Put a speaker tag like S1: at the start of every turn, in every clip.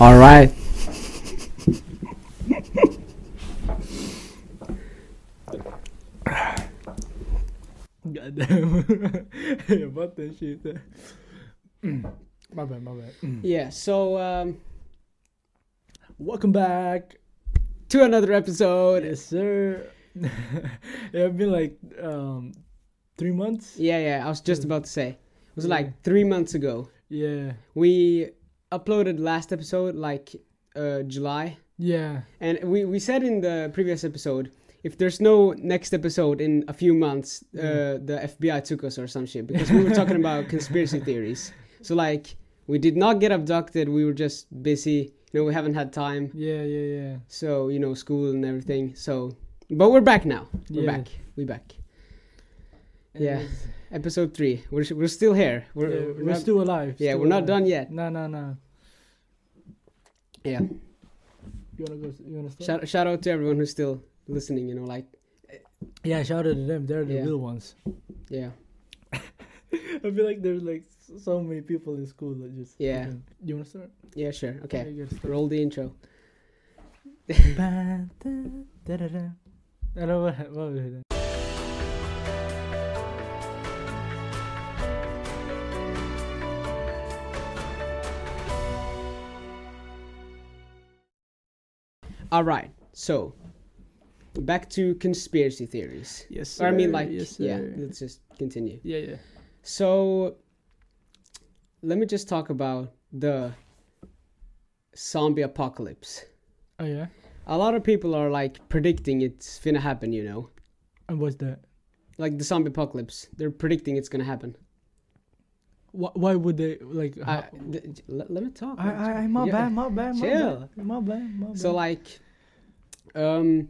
S1: All right.
S2: Goddamn. yeah, about that shit. my bad, my bad.
S1: Yeah. So um,
S2: Welcome back.
S1: to another episode.
S2: Yes, sir. yeah, it's been like um, three months.
S1: Yeah, yeah. I was just about to say. It was like three months ago.
S2: Yeah.
S1: We uploaded last episode like uh, July,
S2: Yeah.
S1: and we we said in the previous episode. If there's no next episode in a few months, uh, the FBI took us or some shit because we were talking about conspiracy theories. So like, we did not get abducted. We were just busy. You know, we haven't had time.
S2: Yeah, yeah, yeah.
S1: so you know school and everything so but we're back now we're
S2: Yeah.
S1: back we back
S2: And
S1: Yeah.
S2: it's-
S1: episode three we're, we're still here we're,
S2: yeah,
S1: we're
S2: we're
S1: not,
S2: still alive.
S1: yeah
S2: still
S1: we're not
S2: alive.
S1: done yet
S2: No, no, no.
S1: yeah
S2: You wanna go? You wanna start?
S1: shout, shout out to everyone who's still listening you know like
S2: yeah, shout out to them. They're the
S1: Yeah.
S2: real ones.
S1: yeah
S2: I feel like there's like s- so many people in school that just
S1: Yeah.
S2: freaking- You wanna start?
S1: yeah sure
S2: Yeah,
S1: okay
S2: you gotta start.
S1: roll the intro
S2: Ba- da- da- da- da. I don't know what, what was it.
S1: all right so back to conspiracy theories
S2: Yes.
S1: or i mean like
S2: yes,
S1: yeah
S2: sir.
S1: let's just continue
S2: Yeah, yeah.
S1: so let me just talk about the zombie apocalypse
S2: Oh yeah.
S1: A lot of people are like predicting it's gonna happen, you know.
S2: And what's that?
S1: Like the zombie apocalypse, they're predicting it's gonna happen.
S2: Why, why would they like?
S1: I,
S2: ho-
S1: th- let, let me talk.
S2: Uh-huh. I, I, I, my
S1: Yeah.
S2: bad, my bad, my
S1: Chill.
S2: bad, my bad, my bad.
S1: So like, um,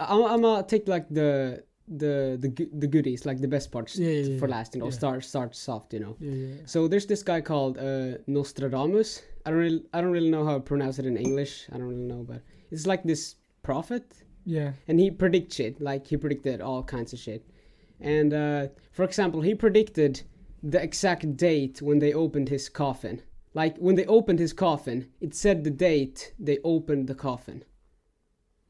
S1: I'm, I'm gonna take like the the the goo- the goodies, like the best parts
S2: Yeah, yeah, yeah.
S1: for last. You know,
S2: Yeah.
S1: start start soft. You know.
S2: yeah, yeah.
S1: So there's this guy called uh, Nostradamus. I don't really, I don't really know how to pronounce it in English. I don't really know, but it's like this prophet.
S2: Yeah.
S1: and he predicted shit. Like he predicted all kinds of shit. And uh, for example, he predicted the exact date when they opened his coffin. Like when they opened his coffin, it said the date they opened the coffin.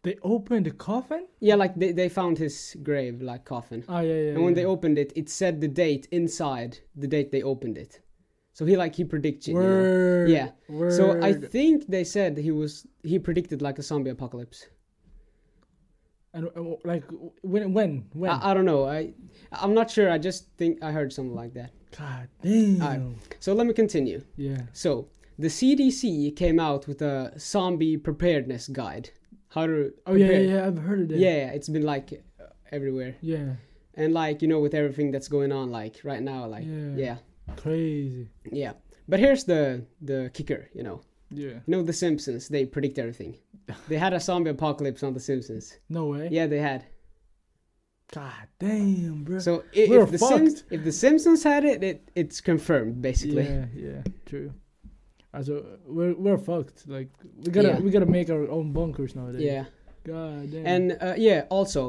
S2: They opened the coffin?
S1: Yeah, like they, they found his grave, like coffin.
S2: Oh yeah, yeah.
S1: And when
S2: yeah.
S1: they opened it, it said the date inside the date they opened it. So he like he predicted. You know?
S2: Word.
S1: Yeah.
S2: Word.
S1: So I think they said he was he predicted like a zombie apocalypse.
S2: and, uh, like when when when?
S1: I, I don't know. I I'm not sure. I just think I heard something like that.
S2: God damn.
S1: So let me continue.
S2: yeah.
S1: So the CDC came out with a zombie preparedness guide. How to
S2: Oh yeah,
S1: prepare-
S2: yeah, yeah. I've heard of that.
S1: yeah, yeah, It's been like uh, everywhere,
S2: Yeah.
S1: and like you know, with everything that's going on, like right now, like
S2: Yeah.
S1: yeah, yeah.
S2: Crazy.
S1: But here's the the kicker, you know.
S2: Yeah.
S1: You know the Simpsons, they predict everything. They had a zombie apocalypse on the Simpsons.
S2: No way.
S1: Yeah, they had.
S2: God damn, bro.
S1: So i- if,
S2: We're
S1: if the
S2: fucked.
S1: Simps- if the Simpsons had it, it it's confirmed basically.
S2: yeah, yeah, true. Uh, So uh, we're we're fucked. Like we gotta
S1: Yeah.
S2: we gotta make our own bunkers nowadays.
S1: yeah.
S2: God damn.
S1: And uh, yeah, also,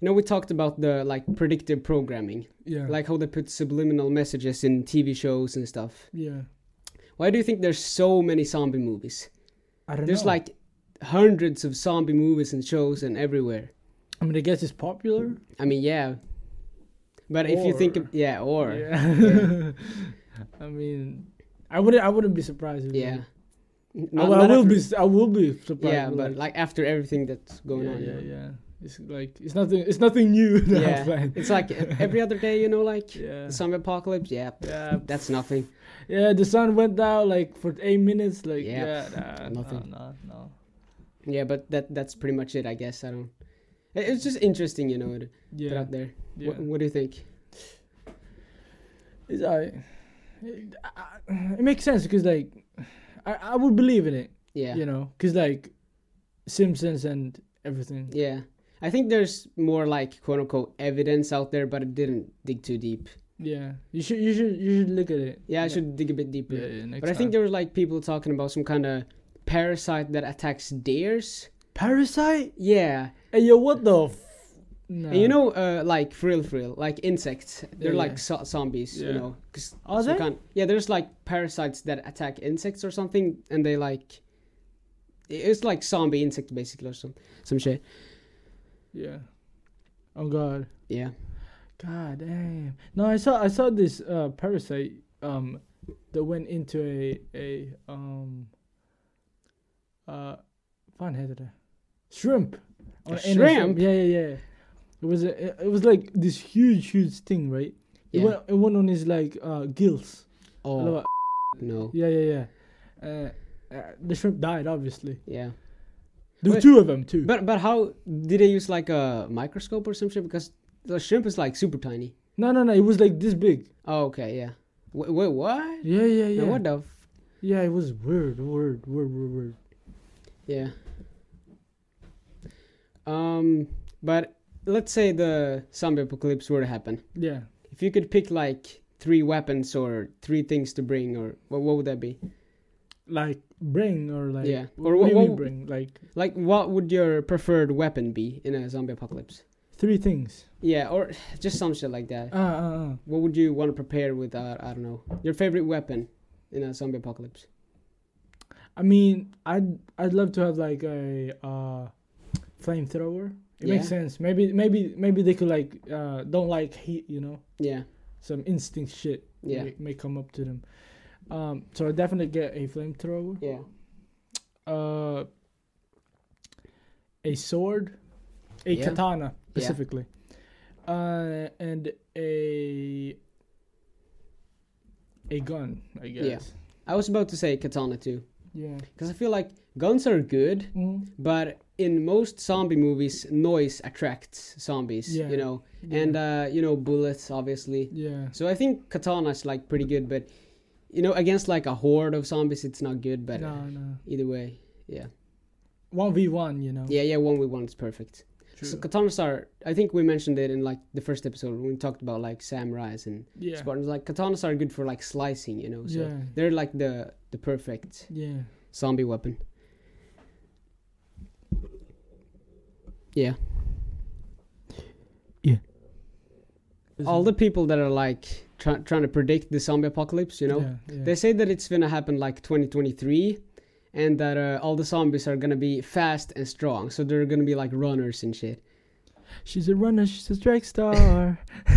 S1: you know, we talked about the like predictive programming.
S2: yeah,
S1: like how they put subliminal messages in TV shows and stuff.
S2: yeah.
S1: Why do you think there's so many zombie movies?
S2: I don't
S1: There's
S2: know.
S1: like hundreds of zombie movies and shows and everywhere.
S2: I mean, I guess it's popular.
S1: I mean, yeah. But if you think,
S2: Or-
S1: of, yeah, or yeah,
S2: Yeah. I mean, I wouldn't. I wouldn't be surprised. If like- I,
S1: Not-
S2: will- I
S1: not
S2: will
S1: after-
S2: be. s- I will be surprised.
S1: Yeah, but like after everything that's going
S2: yeah,
S1: on,
S2: yeah,
S1: you know.
S2: yeah. It's like it's nothing. It's nothing new. That I
S1: yeah.
S2: find.
S1: it's like e, every other day, you know, like
S2: yeah.
S1: zombie apocalypse. Yeah,
S2: yeah,
S1: that's nothing.
S2: yeah. The sun went down like for eight minutes. Like yeah,
S1: Yeah.
S2: nah,
S1: Nothing.
S2: No, no, no.
S1: Yeah, but that that's pretty much it, I guess. I don't. it- It's just interesting, you know, to put
S2: Yeah,
S1: out there.
S2: yeah.
S1: uh, What, what do you think?
S2: It's alright. It, I- I- it makes sense because like I, I would believe in it.
S1: Yeah.
S2: You know, because like Simpsons and everything.
S1: Yeah. I think there's more like quote unquote evidence out there, but it didn't dig too deep.
S2: Yeah, you should you should you should look at it.
S1: Yeah, I should dig a bit deeper.
S2: Yeah, yeah, next
S1: but I think there was like people talking about some kind of parasite that attacks deers.
S2: Parasite.
S1: Yeah.
S2: Hey yo, what the? F- No.
S1: And you know, uh, like for real, for real, like insects, they're
S2: Yeah.
S1: like zo- zombies, you
S3: Yeah.
S1: know. 'cause-
S2: Are
S1: so
S2: they?
S1: can't- yeah, there's like parasites that attack insects or something, and they like. It's like zombie insect basically or some some shit.
S2: Yeah. Oh God.
S1: Yeah.
S2: God damn. No, I saw I saw this uh, parasite um that went into a a um uh fan heter det? shrimp. On- in a
S1: shrimp?
S2: Yeah, yeah, yeah. It was a, it was like this huge huge thing, right? It
S1: Yeah.
S2: went it went on his like uh gills.
S1: Oh
S2: Hello,
S1: no.
S2: Yeah, yeah, yeah. Uh, uh, the shrimp died obviously.
S1: Yeah.
S2: There
S1: Wait.
S2: were two of them too.
S1: But but how did they use like a microscope or some shit? Because the shrimp is like super tiny.
S2: No, no, no. It was like this big.
S1: Oh okay yeah. Wait, wait what?
S2: Yeah, yeah, yeah.
S1: Yeah. what the? F-
S2: Yeah, it was weird, weird, weird, weird, weird.
S1: Yeah. Um, but let's say the zombie apocalypse were to happen.
S2: Yeah.
S1: If you could pick like three weapons or three things to bring, or what, what would that be?
S2: like bring or like
S1: Yeah.
S2: or
S1: Or what-
S2: what,
S1: what-
S2: bring like
S1: Like, what would your preferred weapon be in a zombie apocalypse?
S2: three things
S1: Yeah, or just some shit like that.
S2: uh, uh, uh.
S1: What would you want to prepare with? Uh, I don't know. Your favorite weapon in a zombie apocalypse?
S2: i mean i'd i'd love to have like a uh flamethrower it makes
S1: Yeah.
S2: sense maybe maybe maybe they could like uh don't like heat you know
S1: Yeah.
S2: some instinct shit
S1: Yeah.
S2: may, may come up to them um so i definitely get a flamethrower
S1: Yeah.
S2: uh a sword a
S1: Yeah.
S2: katana specifically uh and a a gun i guess
S1: I was about to say katana too,
S2: yeah
S1: because I feel like guns are good,
S2: Mhm.
S1: but in most zombie movies, noise attracts zombies.
S2: Yeah.
S1: You know,
S2: yeah.
S1: and uh, you know bullets obviously
S2: yeah
S1: so i think katana's like pretty good but you know against like a horde of zombies it's not good but
S2: no no
S1: either way
S2: 1v1 you know
S1: yeah yeah one with one is perfect so katanas are i think we mentioned it in like the first episode when we talked about like samurais and
S2: yeah
S1: spartans like katanas are good for like slicing you know so
S2: yeah
S1: they're like the the perfect
S2: yeah
S1: zombie weapon yeah all the people that are like try- trying to predict the zombie apocalypse you know
S2: yeah, yeah.
S1: They say that it's gonna happen like 2023, and that uh, all the zombies are gonna be fast and strong, so they're gonna be like runners and shit.
S2: she's a runner she's a track star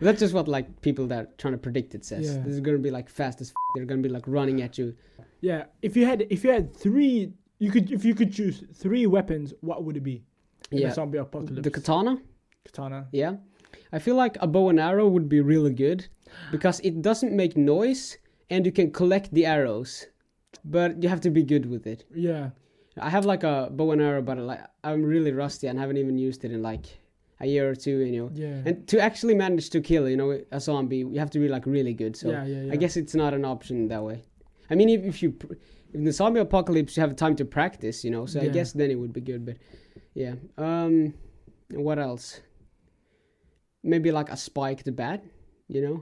S1: That's just what like people that are trying to predict it says.
S2: Yeah.
S1: This is gonna be like fast as f- they're gonna be like running at you.
S2: yeah if you had if you had three you could if you could choose three weapons what would it be in a
S1: Yeah,
S2: zombie apocalypse
S1: the katana.
S2: katana
S1: Yeah, I feel like a bow and arrow would be really good because it doesn't make noise and you can collect the arrows, but you have to be good with it.
S2: yeah
S1: I have like a bow and arrow, but like I'm really rusty and haven't even used it in like a year or two. You know.
S2: yeah
S1: And to actually manage to kill, you know, a zombie, you have to be like really good. So
S2: yeah, yeah, yeah.
S1: I guess it's not an option that way. I mean, if, if you pr- in the zombie apocalypse, you have time to practice, you know. So I
S2: Yeah.
S1: guess then it would be good. But yeah, um, what else? Maybe like a spiked bat, you know.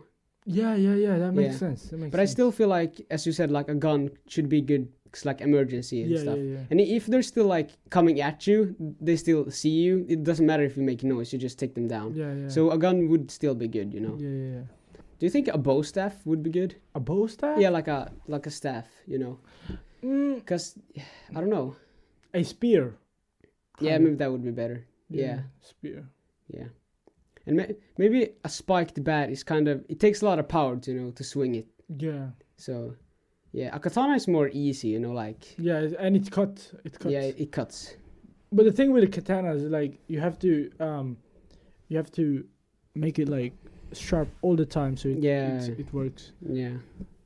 S2: Yeah, yeah, yeah. That makes
S1: Yeah.
S2: sense. That makes
S1: But I
S2: sense.
S1: still feel like, as you said, like a gun should be good, 'cause, like emergency and
S2: yeah,
S1: stuff.
S2: yeah, yeah.
S1: And if they're still like coming at you, they still see you. It doesn't matter if you make noise; you just take them down.
S2: yeah, yeah.
S1: So a gun would still be good, you know.
S2: yeah, yeah, yeah.
S1: Do you think a bow staff would be good?
S2: A bow staff?
S1: Yeah, like a like a staff, you know.
S2: Mm,
S1: Cause I don't know.
S2: a spear.
S1: Yeah,
S2: Kinda.
S1: maybe that would be better. yeah.
S2: Spear.
S1: Yeah, and ma- maybe a spiked bat is kind of it takes a lot of power, to, you know, to swing it.
S2: Yeah,
S1: So, yeah, a katana is more easy, you know, like
S2: yeah, it's- and it cut. It cuts.
S1: yeah, it cuts.
S2: But the thing with the katana is like you have to, um, you have to make it like sharp all the time so it
S1: Yeah.
S2: it's, it works.
S1: Yeah,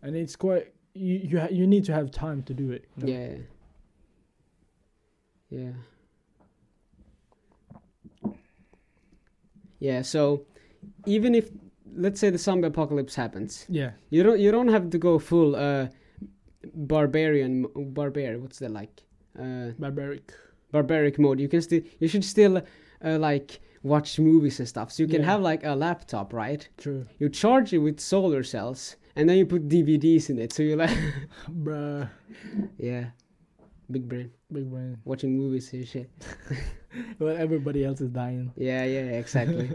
S2: And it's quite you you ha- you need to have time to do it. you know?
S1: yeah, yeah, yeah. So, even if let's say the zombie apocalypse happens,
S2: Yeah.
S1: You don't you don't have to go full uh barbarian barbarian what's that like uh
S2: Barbaric.
S1: barbaric mode. You can still you should still uh, like watch movies and stuff. So you can
S2: Yeah.
S1: have like a laptop, right?
S2: True.
S1: You charge it with solar cells and then you put DVDs in it. So you like
S2: Bruh.
S1: yeah. Big brain.
S2: Big brain.
S1: Watching movies and shit.
S2: Well, everybody else is dying.
S1: Yeah, yeah, exactly.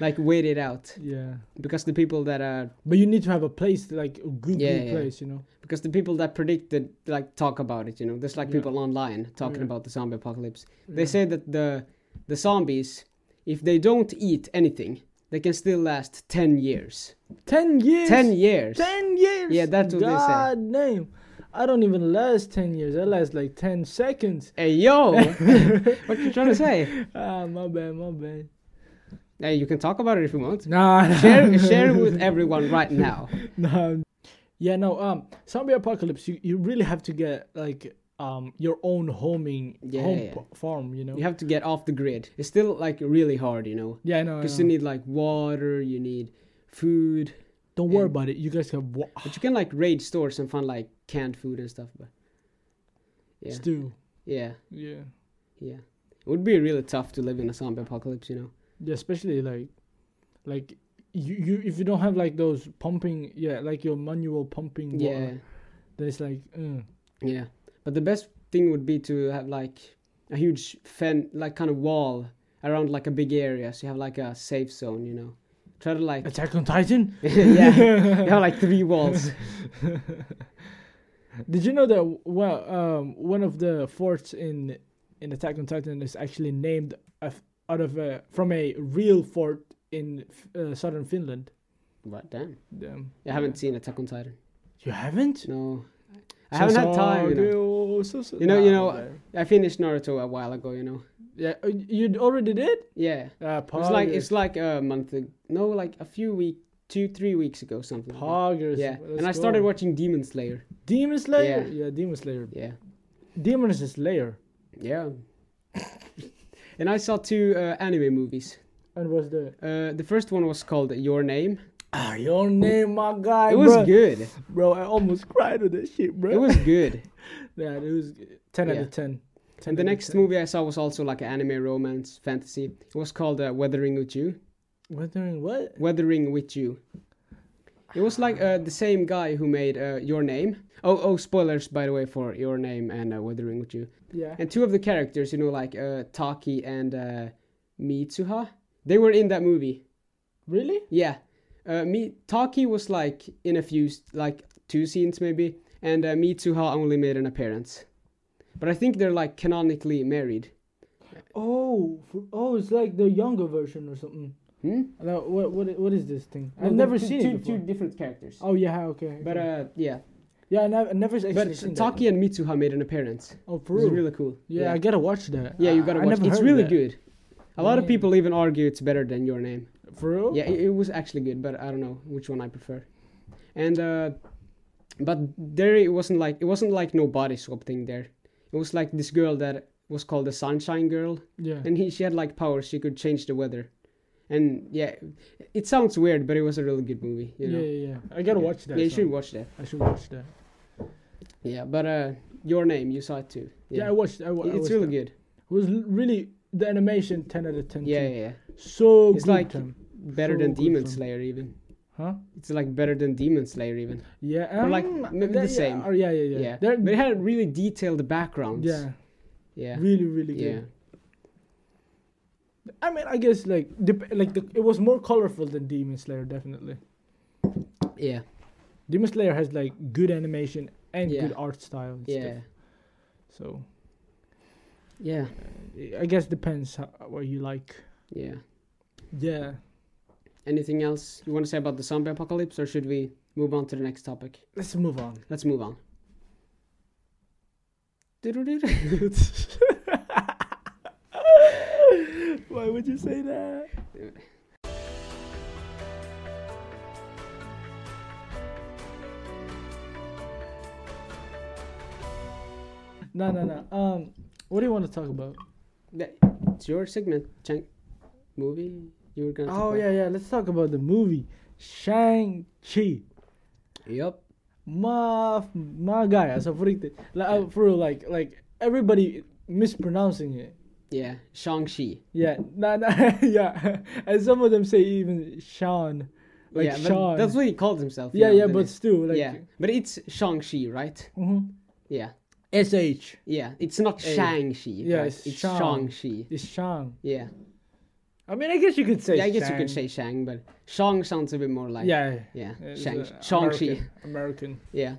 S1: like wait it out
S2: Yeah.
S1: because the people that are
S2: But you need to have a place like a good,
S1: Yeah,
S2: good
S1: yeah.
S2: place, you know.
S1: because the people that predicted like talk about it. You know, there's like
S2: Yeah.
S1: people online talking
S2: Yeah.
S1: about the zombie apocalypse. They
S2: Yeah.
S1: say that the the zombies, if they don't eat anything, they can still last ten years.
S2: ten years.
S1: Ten years.
S2: Ten years.
S1: Yeah, that's what they say.
S2: God damn. I don't even last ten years. I last like ten seconds.
S1: Hey yo, what you trying to say?
S2: Ah, my bad, my bad.
S1: Hey, you can talk about it if you want.
S2: Nah.
S1: Share share it with everyone right now.
S2: no. Yeah, no. Um, zombie apocalypse. You, you really have to get like um your own homing
S1: Yeah,
S2: home
S1: yeah.
S2: p- farm. You know.
S1: You have to get off the grid. It's still like really hard, you know,
S2: yeah, I know. I
S1: because
S2: know.
S1: you need like water, you need food,
S2: Don't worry
S1: and-
S2: about it. You guys have wa-
S1: but you can like raid stores and find like canned food and stuff. But yeah,
S2: stew.
S1: yeah,
S2: Yeah.
S1: yeah, it would be really tough to live in a zombie apocalypse, you know.
S2: Yeah, especially like, like you you if you don't have like those pumping yeah like your manual pumping
S1: Yeah,
S2: water, then it's like mm,
S1: yeah, but the best thing would be to have like a huge fen like kind of wall around like a big area, so you have like a safe zone, you know. Try to like
S2: Attack on Titan.
S1: yeah, you have like three walls.
S2: Did you know that well um one of the forts in in Attack on Titan is actually named af- out of a, from a real fort in uh, southern Finland.
S1: But damn,
S2: Damn.
S1: I haven't seen Attack on Titan.
S2: You haven't?
S1: No, I haven't had time. You know, You
S2: You
S1: know- you know, I finished Naruto a while ago. You know,
S2: Yeah, uh, you already did.
S1: yeah.
S2: Uh,
S1: It's like it's like a month ago. No, like a few week, two three weeks ago something. like that.
S2: Poggers.
S1: yeah,
S2: let's
S1: and I started
S2: go.
S1: watching Demon Slayer.
S2: Demon Slayer.
S1: Yeah.
S2: Yeah, Demon Slayer.
S1: Yeah,
S2: Demon is a Slayer.
S1: yeah. and I saw two uh, anime movies.
S2: And what's the
S1: Uh, the first one was called Your Name.
S2: ah your name, my guy?
S1: it was
S2: bro.
S1: good.
S2: bro. I almost cried with that shit, bro.
S1: It was good.
S2: yeah, it was ten out
S1: Yeah.
S2: of ten. 10
S1: and the
S2: out of
S1: next
S2: 10.
S1: movie I saw was also like an anime romance fantasy. It was called uh, Weathering with You.
S2: Wondering what?
S1: Weathering with You. It was like uh, the same guy who made uh, Your Name. Oh, oh, spoilers by the way for Your Name and uh, Weathering with You.
S2: Yeah.
S1: And two of the characters, you know, like uh, Taki and uh, Mitsuha, they were in that movie.
S2: Really?
S1: Yeah, uh, Mi- Taki was like in a few, s- like two scenes maybe, and uh, Mitsuha only made an appearance. But I think they're like canonically married.
S2: Oh, for, oh, it's like the younger version or something.
S1: Hmm?
S2: No, what what i- what is this thing?
S1: No,
S2: I've never
S1: two-
S2: seen
S1: two,
S2: it before.
S1: Two different characters.
S2: Oh yeah, okay. okay.
S1: But uh, yeah,
S2: yeah, I never, I never actually
S1: but
S2: seen
S1: Taki and Mitsuha made an appearance.
S2: that. Oh, for
S1: It was
S2: real?
S1: really cool.
S2: yeah, I gotta watch that.
S1: yeah, you
S2: I-
S1: gotta
S2: I
S1: watch.
S2: never
S1: It's
S2: heard
S1: really
S2: that.
S1: good. A lot of
S2: Damn.
S1: people even argue it's better than Your Name.
S2: For real?
S1: Yeah, it, it was actually good, but I don't know which one I prefer. And uh, but there it wasn't like it wasn't like no body swap thing there. It was like this girl that was called the Sunshine Girl,
S2: Yeah.
S1: and he, she had like powers. She could change the weather, and yeah, it sounds weird, but it was a really good movie. You know?
S2: Yeah, yeah, yeah. I gotta
S1: Yeah.
S2: watch that.
S1: Yeah, you
S2: so
S1: should watch that.
S2: I should watch that.
S1: Yeah, but uh, Your Name, you saw it too.
S2: Yeah, I watched. I, wa- I
S1: it's
S2: watched
S1: really
S2: that.
S1: good.
S2: It was l- really the animation ten out of ten.
S1: Yeah,
S2: too.
S1: yeah, yeah.
S2: So
S1: It's
S2: good.
S1: like-
S2: Tim.
S1: Better
S2: So
S1: than
S2: good
S1: Demon
S2: film.
S1: Slayer even.
S2: huh?
S1: It's like better than Demon Slayer even.
S2: Yeah.
S1: Or like,
S2: um,
S1: maybe the
S2: that- yeah,
S1: same.
S2: or yeah, yeah,
S1: Yeah,
S2: yeah. They're-
S1: but it had really detailed backgrounds.
S2: yeah,
S1: yeah.
S2: really, really
S1: Yeah,
S2: good. I mean, I guess like dep- like the, it was more colorful than Demon Slayer, definitely.
S1: yeah,
S2: Demon Slayer has like good animation and
S1: Yeah.
S2: good art style. And
S1: yeah,
S2: Stuff. So
S1: yeah,
S2: uh, I guess depends how, what you like.
S1: yeah.
S2: Yeah.
S1: Anything else you want to say about the zombie apocalypse, or should we move on to the next topic?
S2: Let's move on.
S1: Let's move on.
S2: Why would you say that? No, no, no. Um, what do you want to talk about?
S1: That- It's your segment, Chang. Movie you were gonna. talk
S2: Oh
S1: about.
S2: yeah, yeah. Let's talk about the movie Shang Chi.
S1: Yup.
S2: My my guy, alltså på riktigt. Like, uh, for real, like like everybody mispronouncing it.
S1: Yeah, Shang Chi.
S2: Yeah, nah, nah, yeah. And some of them say even Sean, like
S1: yeah, but
S2: Sean.
S1: that's what he calls himself. you
S2: yeah,
S1: know,
S2: yeah,
S1: the
S2: but
S1: name.
S2: still, like,
S1: mm-hmm. yeah, but it's Shang Chi, right?
S2: mhm.
S1: Yeah,
S2: SH.
S1: Yeah, it's not
S2: Hey.
S1: Shang-Chi.
S2: Yeah,
S1: right?
S2: it's
S1: it's
S2: Shang.
S1: Shang-Chi.
S2: It's Shang.
S1: Yeah.
S2: I mean, I guess you could say.
S1: yeah, I guess you could say
S2: Shang.
S1: Shang, but Shang sounds a bit more like
S2: Yeah.
S1: yeah,
S2: It's,
S1: Shang
S2: uh,
S1: Shang-Chi.
S2: American. American.
S1: Yeah,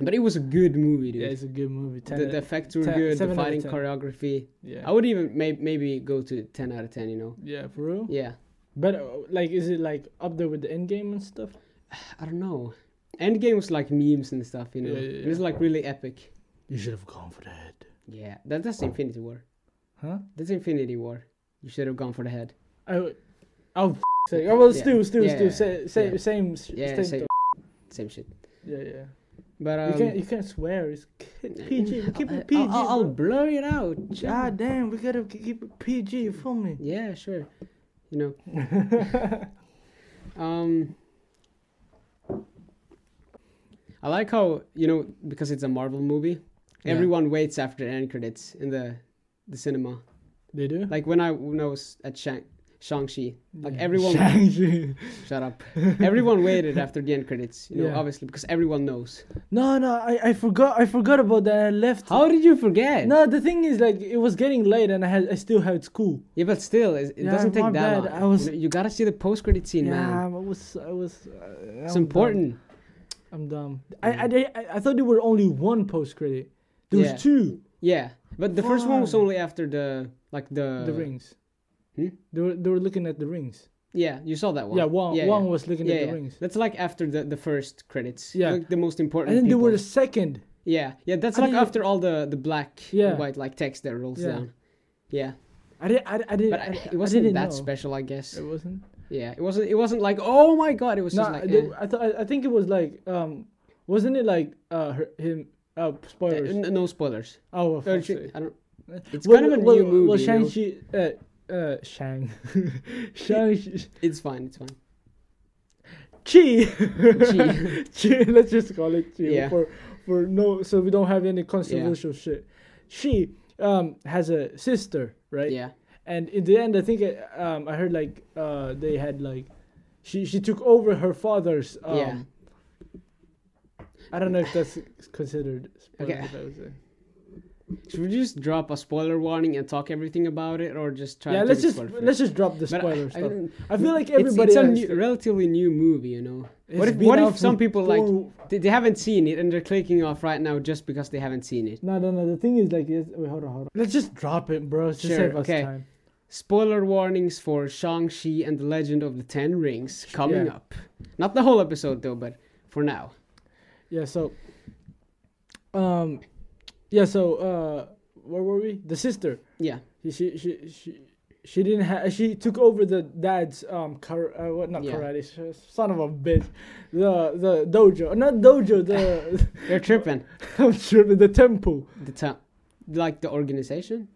S1: but it was a good movie, dude.
S2: Yeah, it's a good movie. Ten
S1: the, the effects were
S2: ten-
S1: good. The
S2: seven out of
S1: fighting
S2: ten.
S1: choreography.
S2: yeah.
S1: I would even may- maybe go to ten out of ten. You know.
S2: yeah, for real.
S1: Yeah.
S2: But uh, like, is it like up there with the end game and stuff?
S1: I don't know. Endgame was like memes and stuff, you know.
S2: Yeah, yeah,
S1: And it's
S2: yeah.
S1: like really epic.
S2: You should have gone for the head.
S1: Yeah, that, that's Infinity War.
S2: Huh?
S1: That's Infinity War. You should have gone for the head.
S2: I. w- Oh, f- sake. Oh well,
S1: Yeah.
S2: still, still,
S1: Yeah,
S2: still,
S1: yeah,
S2: sa- sa-
S1: yeah.
S2: same, s-
S1: Yeah,
S2: same.
S1: same,
S2: thought.
S1: same shit.
S2: yeah, yeah.
S1: But um,
S2: you can't, you can't swear. It's k- PG. We keep
S1: I'll-
S2: it PG.
S1: I'll, I'll,
S2: bro.
S1: blur it out. chill.
S2: God Ah, damn, we gotta k- keep it PG. You feel me?
S1: Yeah, sure. You know. Um, I like how you know because it's a Marvel movie,
S2: Yeah.
S1: everyone waits after the end credits in the the cinema.
S2: they do.
S1: Like when I when I was at Shang Shang Chi, like everyone-
S2: Shang-Chi.
S1: shut up. everyone waited after the end credits, you know,
S2: Yeah.
S1: obviously because everyone knows.
S2: No, no, I, I forgot. I forgot about that. I left.
S1: How did you forget?
S2: No, the thing is, like, it was getting late, and I had, I still had school.
S1: Yeah, but still, it, it
S2: Yeah,
S1: doesn't
S2: my
S1: take that
S2: bad.
S1: long.
S2: I was-
S1: You, know, you gotta see the post credit scene, man.
S2: I was, I was. Uh,
S1: It's
S2: I'm
S1: important.
S2: Dumb. I'm dumb. I, I, di- I, I thought there were only one post credit. There
S1: Yeah.
S2: was two.
S1: Yeah, but the first one was
S2: Fuck.
S1: only after the like the
S2: the rings.
S1: Uh, hmm?
S2: They were, they were looking at the rings.
S1: Yeah, you saw that one.
S2: Yeah, one, one was looking
S1: yeah,
S2: at the
S1: yeah.
S2: rings.
S1: That's like after the, the first credits.
S2: Yeah.
S1: like the most important.
S2: And then there
S1: people.
S2: were the second.
S1: Yeah, yeah. That's
S2: I
S1: like
S2: didn't-
S1: after all the the black
S2: Yeah.
S1: and white like text that rolls
S2: Yeah.
S1: down. Yeah,
S2: I didn't. I, di- I didn't.
S1: but I,
S2: I,
S1: it
S2: I
S1: wasn't
S2: didn't
S1: that
S2: know.
S1: special, I guess.
S2: It wasn't.
S1: Yeah, it wasn't. It wasn't like oh my god. It was
S2: No,
S1: just like
S2: I,
S1: eh.
S2: did- I thought. I, I think it was like. Um, wasn't it like uh her, him? Uh,
S1: Uh,
S2: spoilers.
S1: n- no spoilers.
S2: oh, well,
S1: Uh,
S2: fuck's
S1: sh-
S2: sake.
S1: I don't.
S2: Uh,
S1: It's
S2: Well,
S1: kind of a
S2: well,
S1: new movie.
S2: Well,
S1: you know?
S2: Shang-Chi, uh, uh, Shang, Shang-Chi,
S1: It's fine. It's fine.
S2: Chi. Chi, let's just call it Chi
S1: Yeah.
S2: for, for no, so we don't have any controversial shit. She um has a sister, right?
S1: Yeah.
S2: And in the end, I think I, um I heard like uh they had like, she she took over her father's um.
S1: Yeah.
S2: I don't know if that's considered. spoilers,
S1: Okay.
S2: I would say.
S1: Should we just drop a spoiler warning and talk everything about it, or just try?
S2: Yeah,
S1: to
S2: let's
S1: be
S2: just
S1: spoiler-free?
S2: let's just drop the
S1: But I-
S2: spoiler
S1: I
S2: stuff.
S1: don't-
S2: I feel like
S1: It's-
S2: everybody.
S1: It's, a
S2: has
S1: new,
S2: to-
S1: relatively new movie, you know. What
S2: It's
S1: if,
S2: been
S1: what
S2: out
S1: if some
S2: for
S1: people like
S2: four-
S1: they, they haven't seen it and they're clicking off right now just because they haven't seen it?
S2: No, no, no. The thing is, like, it's, wait, hold on, hold on. Let's just drop it, bro. It's
S1: Sure,
S2: just save us
S1: okay.
S2: time.
S1: Spoiler warnings for Shang-Chi and the Legend of the Ten Rings coming
S2: Yeah.
S1: up. Not the whole episode though, but for now.
S2: Yeah. So, um, yeah. So, uh, where were we? The sister.
S1: Yeah.
S2: She, she, she, she, she didn't have. She took over the dad's um, kar- uh, what? Not
S1: Yeah.
S2: karate. sh- Son of a bitch. The the dojo. Not dojo. The
S1: They're tripping.
S2: I'm tripping. The temple.
S1: The ta- like the organization?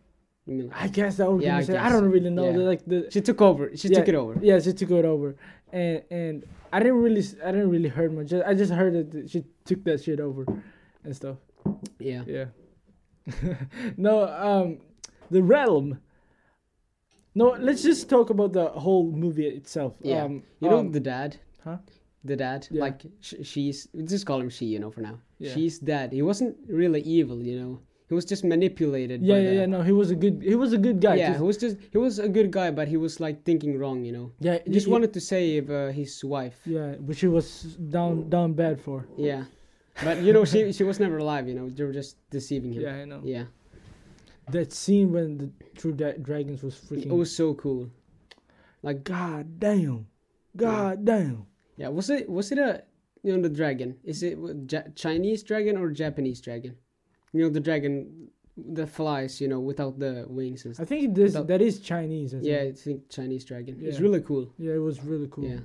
S1: You mean like-
S2: I guess that would
S1: Yeah, I
S2: I, I
S1: guess.
S2: don't really know.
S1: Yeah.
S2: The, like the
S1: she took over. She
S2: Yeah.
S1: took it over.
S2: Yeah, she took it over, and and I didn't really s- I didn't really heard much. I just heard that th- she took that shit over, and stuff.
S1: Yeah.
S2: Yeah. no, um, the realm. No, let's just talk about the whole movie itself.
S1: Yeah.
S2: Um,
S1: You know
S2: um,
S1: the dad?
S2: huh?
S1: The dad,
S2: Yeah.
S1: like sh- she's, we just call him she, you know, for now.
S2: Yeah.
S1: She's dad. He wasn't really evil, you know. He was just manipulated.
S2: yeah,
S1: by
S2: yeah,
S1: the,
S2: yeah. No, he was a good he was a good guy.
S1: yeah,
S2: just-
S1: he was just he was a good guy, but he was like thinking wrong, you know.
S2: yeah.
S1: He just
S2: he-
S1: wanted to save uh, his wife.
S2: Yeah, which he was down down bad for.
S1: Yeah, but you know she she was never alive. You know they were just deceiving him.
S2: Yeah, I know.
S1: yeah.
S2: That scene when the True Dra- Dragons was
S1: It
S2: freaking.
S1: was so cool. Like
S2: God damn, God damn.
S1: yeah, was it was it a you know the dragon? Is it wa- ja- Chinese dragon or Japanese dragon? You know the dragon that flies, you know, without the wings and stuff.
S2: I think this
S1: That-
S2: that is Chinese. I think.
S1: Yeah, I think Chinese dragon. It's
S2: Yeah.
S1: really cool.
S2: yeah, it was really cool.
S1: Yeah.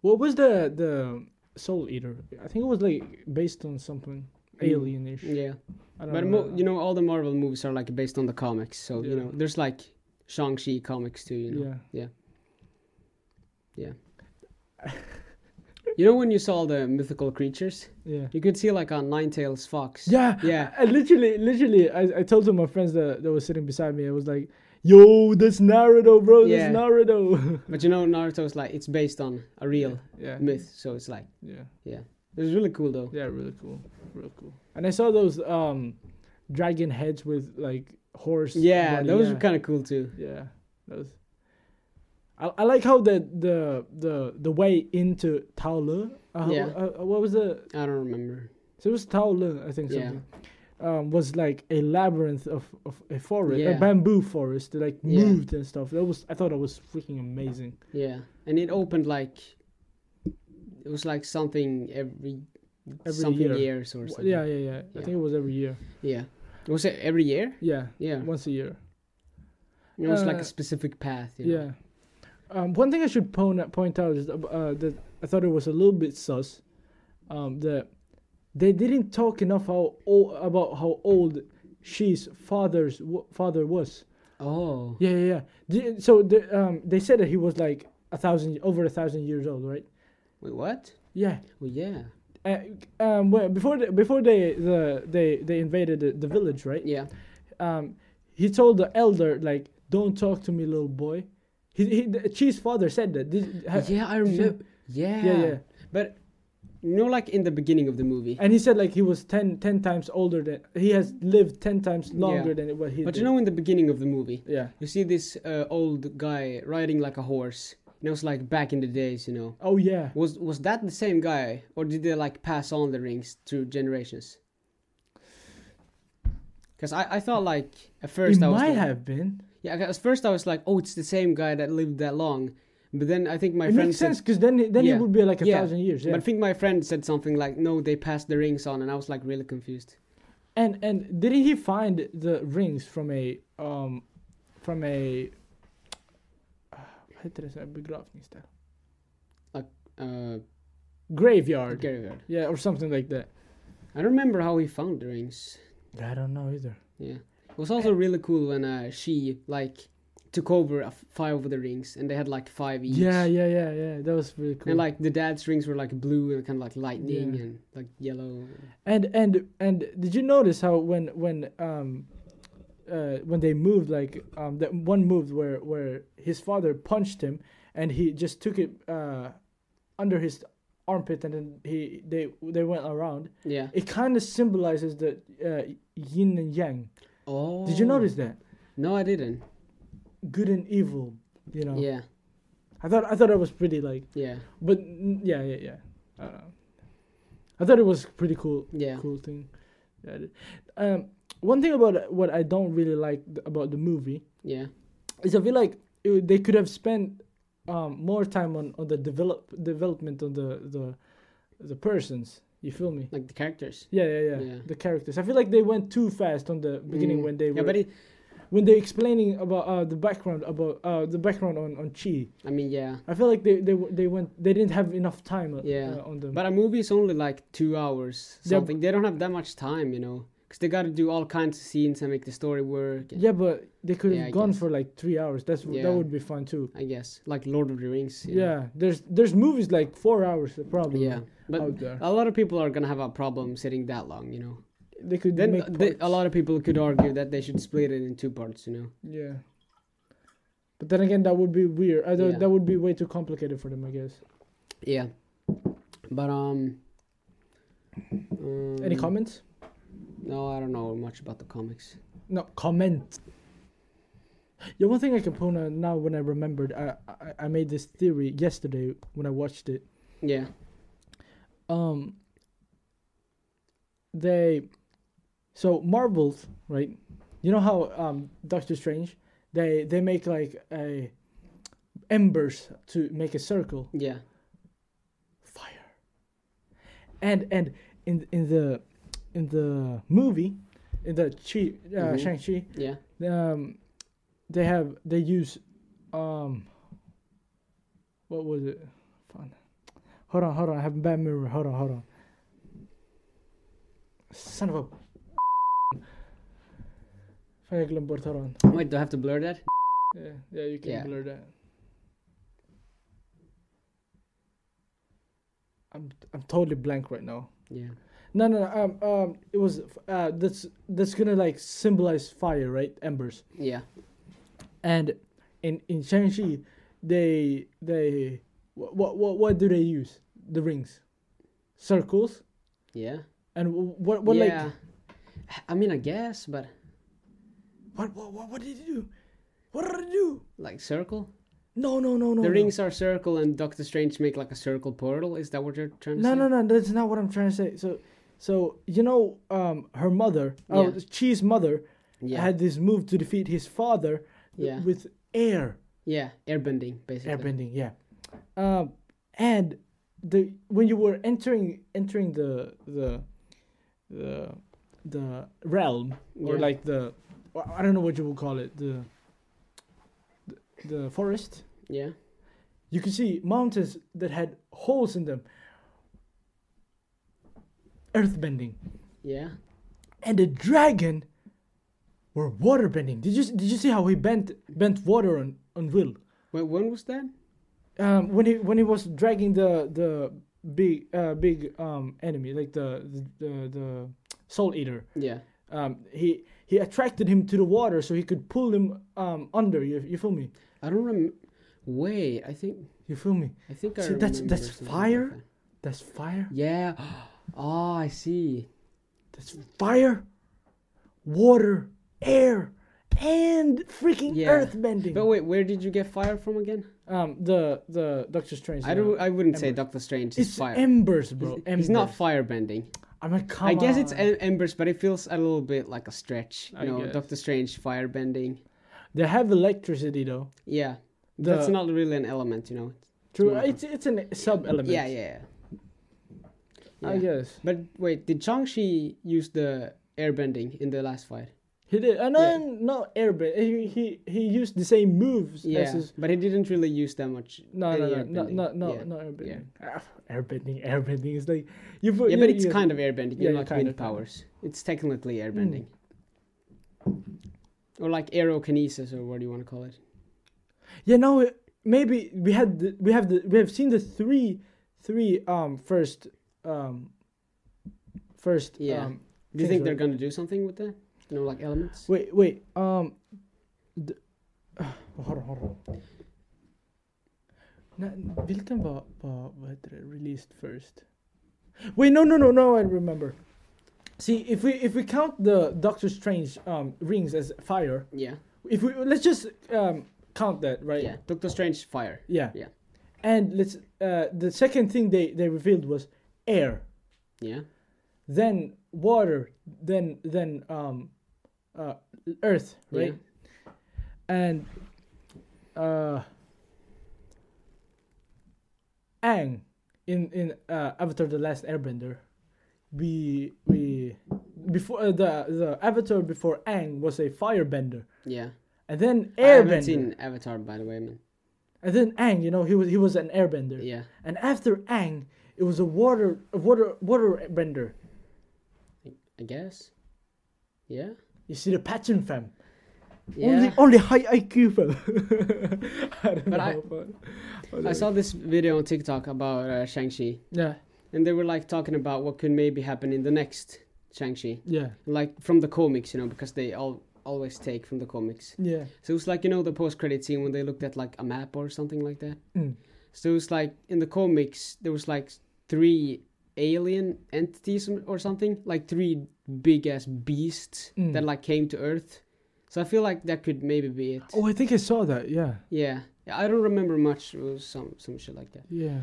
S2: What was the the Soul Eater? I think it was like based on something
S1: Mm.
S2: alienish.
S1: Yeah.
S2: I don't
S1: But
S2: know.
S1: mo- you know, all the Marvel movies are like based on the comics, so you
S2: Yeah.
S1: know, there's like Shang-Chi comics too. You know,
S2: yeah,
S1: you know when you saw the mythical creatures,
S2: yeah,
S1: you could see like on Nine Tails Fox.
S2: yeah,
S1: Yeah.
S2: I, I literally, literally, I, I told to my friends that that was sitting beside me. I was like, "Yo, that's Naruto, bro.
S1: Yeah.
S2: That's Naruto."
S1: But you know, Naruto's like it's based on a real
S2: yeah,
S1: myth, so it's like
S2: yeah.
S1: yeah. It was really cool though.
S2: Yeah, really cool, real cool. And I saw those um, dragon heads with like horse.
S1: Yeah,
S2: body,
S1: those
S2: yeah.
S1: were kind of cool too.
S2: Yeah, those. I, I like how the the the the way into Taolu. Uh,
S1: Yeah.
S2: uh, uh, what was the?
S1: I don't remember.
S2: So it was Taolu, I think.
S1: Yeah.
S2: Something. Um, was like a labyrinth of, of a forest, a
S1: Yeah.
S2: bamboo forest that like
S1: Yeah.
S2: moved and stuff. That was I thought that was freaking amazing.
S1: Yeah, and it opened like it was like something every,
S2: Every
S1: something
S2: year.
S1: years or
S2: Wha-
S1: something.
S2: Yeah, yeah, yeah, I
S1: Yeah.
S2: think it was every year.
S1: yeah. Was it every year?
S2: Yeah,
S1: Yeah,
S2: once a year.
S1: it was like
S2: Uh,
S1: a specific path. You know?
S2: Yeah. Um, one thing I should point point out is ab- uh, that I thought it was a little bit sus um, that they didn't talk enough how old, about how old she's father's w- father was.
S1: Oh.
S2: Yeah, yeah. yeah. The- so the, um, they said that he was like a thousand over a thousand years old, right?
S1: Wait, what?
S2: Yeah.
S1: Well, yeah.
S2: Uh, um, well, before the, before they the they they invaded the, the village, right?
S1: Yeah.
S2: um, he told the elder like, "Don't talk to me, little boy." He, he the Chi's father said that. Did, ha-
S1: yeah, I
S2: did you-
S1: remember. Yeah.
S2: yeah, yeah.
S1: But you know, like in the beginning of the movie.
S2: And he said like he was 10, 10 times older than he has lived ten times longer than what he.
S1: But
S2: did.
S1: you know, in the beginning of the movie,
S2: yeah.
S1: you see this uh, old guy riding like a horse. And it was like back in the days, you know.
S2: Oh yeah.
S1: Was was that the same guy, or did they like pass on the rings through generations? Because I, I thought like at first
S2: it
S1: I was
S2: might
S1: like-
S2: have been.
S1: yeah 'cause at first I was like oh it's the same guy that lived that long, but then I think my
S2: it
S1: friend
S2: makes
S1: said
S2: sense because then he- then
S1: Yeah.
S2: it would be like a
S1: Yeah.
S2: thousand years. Yeah.
S1: but I think my friend said something like no they passed the rings on and I was like really confused.
S2: and and didn't he find the rings from a um from a. vad heter det så här, Begravningsställe.
S1: Uh,
S2: Graveyard.
S1: Graveyard.
S2: Yeah, or something like that.
S1: I don't remember how he found the rings.
S2: I don't know either.
S1: Yeah, it was also really cool when uh, she like took over uh, five of the rings and they had like five each.
S2: Yeah, yeah, yeah, yeah. That was really cool.
S1: And like the dad's rings were like blue and kind of like lightning
S2: Yeah.
S1: and like yellow.
S2: and and and did you notice how when when um uh when they moved like um that one moved where where his father punched him and he just took it uh under his armpit and then he they they went around.
S1: Yeah.
S2: It kind of symbolizes the uh, yin and yang.
S1: Oh.
S2: Did you notice that?
S1: No, I didn't.
S2: Good and evil. You know.
S1: Yeah.
S2: I thought I thought it was pretty like,
S1: Yeah.
S2: but mm, yeah, yeah, yeah. I don't know. I thought it was pretty cool.
S1: Yeah.
S2: cool thing. Yeah, th- Um, one thing about what I don't really like th- about the movie
S1: Yeah.
S2: is I feel like it, would- they could have spent um, more time on, on the develop development of the, the the persons. You feel me?
S1: Like the characters.
S2: Yeah, yeah, yeah,
S1: Yeah.
S2: The characters. I feel like they went too fast on the beginning
S1: Mm.
S2: when they were
S1: Yeah, but it,
S2: when they explaining about uh, the background about uh, the background on on Chi.
S1: I mean, yeah.
S2: I feel like they they w- they went they didn't have enough time. uh,
S1: Yeah.
S2: uh, on them.
S1: But a movie is only like two hours
S2: Yeah,
S1: something. They don't have that much time, you know, because they got to do all kinds of scenes and make the story work. and-
S2: yeah, but they could have
S1: Yeah, I
S2: gone
S1: guess.
S2: for like three hours. That's w that
S1: Yeah.
S2: would be fun too.
S1: I guess like Lord of the Rings. you know.
S2: Yeah, there's there's movies like four hours uh, probably.
S1: Yeah. But uh,
S2: out there
S1: a lot of people are gonna have a problem sitting that long, you know.
S2: they could
S1: Then
S2: make
S1: uh, they, a
S2: parts.
S1: lot of people could argue that they should split it in two parts, you know.
S2: Yeah, but then again, that would be weird. I don't,
S1: Yeah.
S2: That would be way too complicated for them, I guess.
S1: Yeah. But um.
S2: Any
S1: um,
S2: comments?
S1: No, I don't know much about the comics.
S2: No comment. Yeah, one thing I can point out now when I remembered, I, I I made this theory yesterday when I watched it.
S1: Yeah.
S2: Um. They, so Marvels, right? You know how um Doctor Strange, they they make like a embers to make a circle.
S1: Yeah.
S2: fire. And and in in the in the movie, in the Chi uh,
S1: Mhm.
S2: Shang Chi,
S1: Yeah.
S2: um, they have they use um, what was it? Fun. Hold on, hold on. I have a bad memory. Hold on, hold on. Son of a. Fan, jag glömde bort. Hold on.
S1: Wait, do I have to blur that?
S2: Yeah, yeah, you can
S1: Yeah.
S2: blur that. I'm I'm totally blank right now.
S1: Yeah.
S2: No, no, no. Um, um, it was uh, that's that's gonna like symbolize fire, right? Embers.
S1: Yeah.
S2: And in in Shang Chi, they they what what what do they use? The rings. circles
S1: Yeah.
S2: and wh- what what
S1: yeah.
S2: like
S1: I mean, I guess, but
S2: what, what what what did he do? What did he do?
S1: like circle.
S2: No no no no.
S1: the
S2: no.
S1: rings are circle, and Doctor Strange make like a circle portal. Is that what you're trying to
S2: No
S1: say?
S2: no no. That's not what I'm trying to say. So so you know um her mother oh
S1: Yeah.
S2: Chi's mother
S1: Yeah.
S2: had this move to defeat his father
S1: Yeah.
S2: with air
S1: yeah. Airbending, basically.
S2: airbending yeah um and the when you were entering entering the the the the realm or
S1: Yeah.
S2: like the or i don't know what you would call it the the, the forest
S1: Yeah.
S2: you could see mountains that had holes in them earthbending
S1: Yeah.
S2: and the dragon were waterbending did you did you see how he bent bent water on on will
S1: Wait, when was that?
S2: um, when he when he was dragging the the big uh, big um, enemy like the the the, the soul eater,
S1: Yeah.
S2: um, he he attracted him to the water so he could pull him um, under. You you feel me?
S1: I don't remember. Wait, I think
S2: You feel me?
S1: I think I
S2: See, that's-
S1: remember
S2: that's
S1: something like
S2: fire?
S1: that.
S2: That's fire.
S1: Yeah. Oh, I see.
S2: That's fire, water, air, and freaking
S1: Yeah.
S2: earth bending.
S1: But wait, where did you get fire from again?
S2: Um, the the Doctor Strange.
S1: I don't.
S2: uh,
S1: I wouldn't say
S2: embers.
S1: Doctor Strange is
S2: It's
S1: fire.
S2: embers, bro.
S1: He's-
S2: embers.
S1: He's not firebending.
S2: I'm like, come
S1: I guess it's
S2: on.
S1: em- embers, but it feels a little bit like a stretch. You
S2: I
S1: know,
S2: guess.
S1: Doctor Strange firebending.
S2: they have electricity though.
S1: Yeah,
S2: The-
S1: that's not really an element, you know.
S2: True.
S1: more-
S2: It's it's an sub element.
S1: Yeah, yeah, yeah. yeah.
S2: I guess
S1: But wait, did Chang-Chi use the airbending in the last fight?
S2: he did, and
S1: Yeah.
S2: then no airbend. He, he he used the same moves
S1: Yeah,
S2: as his.
S1: but he didn't really use that much.
S2: No,
S1: any
S2: no, no, no,
S1: airbending.
S2: no, no,
S1: yeah.
S2: no, airbending. Ah, Airbending, airbending is like you. put-
S1: Yeah,
S2: you-
S1: but it's
S2: you-
S1: kind of airbending.
S2: yeah,
S1: You know, like
S2: kind
S1: wind
S2: of, kind of. Hmm.
S1: powers. It's technically airbending. Or like aerokinesis, or what do you want to call it?
S2: You know, maybe we had the, we have the we have seen the three three um first um first
S1: Yeah.
S2: um
S1: Do you
S2: Things
S1: think they're gonna
S2: like-
S1: do something with that? You know, like elements.
S2: wait wait um the, hold on hold on. Na, vilken var, var vad heter det, released first? Wait, no, no, no, no, I remember. See, if we if we count the Doctor Strange um, rings as fire,
S1: Yeah,
S2: if we let's just um, count that, right?
S1: yeah. Doctor Strange fire.
S2: Yeah.
S1: Yeah.
S2: And let's uh, the second thing they they revealed was air,
S1: Yeah,
S2: then water, then then um, uh, earth, right?
S1: Yeah.
S2: And uh, Ang in in uh, Avatar: The Last Airbender, we we before uh, the the Avatar before Ang was a firebender,
S1: yeah.
S2: and then
S1: I haven't
S2: airbender,
S1: seen Avatar, by the way, man.
S2: and then Ang, you know, he was he was an airbender.
S1: Yeah.
S2: And after Ang, it was a water, a water, water bender.
S1: I guess. Yeah.
S2: You see the pattern, fam.
S1: Yeah.
S2: Only, only high IQ, fam. I don't
S1: But I-
S2: know. but-
S1: I saw this video on TikTok about uh, Shang-Chi,
S2: Yeah,
S1: and they were like talking about what could maybe happen in the next Shang-Chi,
S2: yeah,
S1: like from the comics, you know, because they all always take from the comics.
S2: yeah.
S1: So it was like you know the post-credit scene when they looked at like a map or something like that.
S2: Mm.
S1: So it was like in the comics there was like three alien entities or- or something, like three big ass beasts
S2: Mm.
S1: that like came to Earth. So I feel like that could maybe be it.
S2: Oh, I think I saw that. Yeah,
S1: Yeah. Yeah, I don't remember much. It was some some shit like that.
S2: yeah.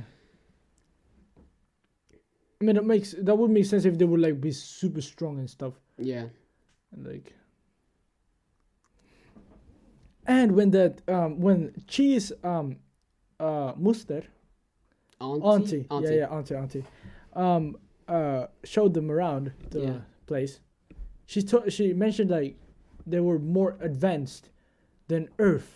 S2: I mean, it makes that would make sense if they would like be super strong and stuff,
S1: Yeah.
S2: and like. And when that um when cheese um uh muster
S1: Auntie.
S2: auntie, yeah, yeah, auntie, auntie, um, uh, showed them around the
S1: Yeah. place.
S2: She to- she mentioned like they were more advanced than Earth,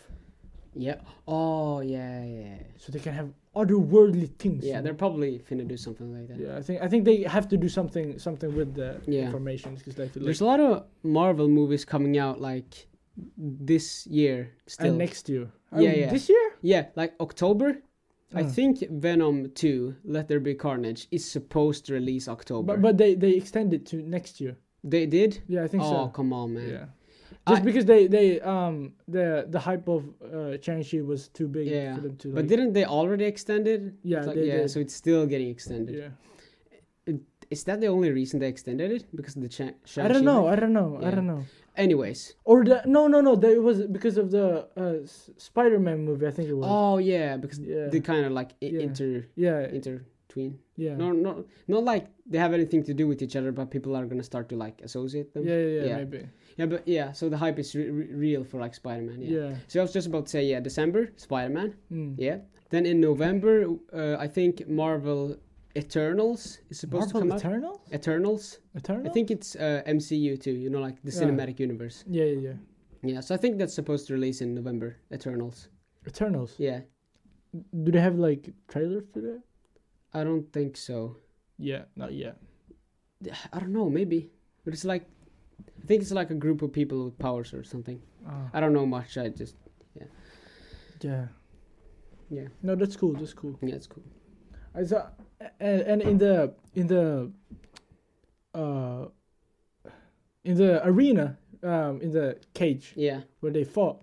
S1: Yeah. Oh yeah, yeah. yeah.
S2: so they can have otherworldly things.
S1: Yeah,
S2: you
S1: they're
S2: know?
S1: probably finna do something like that.
S2: yeah. I think I think they have to do something something with the
S1: Yeah.
S2: information because like,
S1: There's a lot of Marvel movies coming out like this year still.
S2: and next year. Oh,
S1: Yeah, yeah.
S2: This year?
S1: Yeah, like October. I
S2: Mm.
S1: think Venom 2, Let There Be Carnage, is supposed to release October.
S2: But but they they extend it to next year.
S1: they did?
S2: Yeah, I think
S1: Oh,
S2: so.
S1: come on, man.
S2: Yeah.
S1: I-
S2: Just because they, they um the the hype of uh Shang-Chi was too big
S1: Yeah.
S2: for them to like
S1: But didn't they already extend it?
S2: Yeah,
S1: It's like-
S2: they
S1: yeah
S2: did.
S1: so it's still getting extended.
S2: yeah.
S1: Is that the only reason they extended it? Because of the cha-
S2: I don't
S1: Shang-Chi
S2: know.
S1: thing?
S2: I don't know. I
S1: Yeah.
S2: don't know.
S1: Anyways.
S2: Or the no no no. That it was because of the uh, S- Spider-Man movie. I think it was.
S1: Oh yeah, because
S2: yeah.
S1: they kind of like i-
S2: Yeah.
S1: inter
S2: yeah.
S1: intertween.
S2: yeah.
S1: No, no, not like they have anything to do with each other, but people are gonna start to like associate them.
S2: yeah. Yeah.
S1: yeah.
S2: Yeah. Maybe.
S1: Yeah, but yeah, so the hype is re- re- real for like Spider Man. Yeah.
S2: Yeah.
S1: So I was just about to say, yeah, December, Spider Man.
S2: Mm.
S1: Yeah. Then in November, uh, I think Marvel Eternals is supposed to
S2: Marvel
S1: come out.
S2: Eternal?
S1: Eternals?
S2: Eternal?
S1: I think it's uh, MCU too, you know, like the
S2: Yeah.
S1: cinematic universe.
S2: Yeah, yeah, yeah.
S1: Yeah, so I think that's supposed to release in November, Eternals.
S2: Eternals.
S1: Yeah.
S2: Do they have like trailers to that?
S1: I don't think so.
S2: Yeah, not yet.
S1: I don't know, maybe. But it's like, I think it's like a group of people with powers or something.
S2: Ah,
S1: I don't know much, I just,
S2: yeah.
S1: yeah.
S2: No, that's cool. That's cool.
S1: Yeah, it's cool.
S2: I saw, and, and in the in the uh in the arena, um, in the cage
S1: Yeah.
S2: where they fought,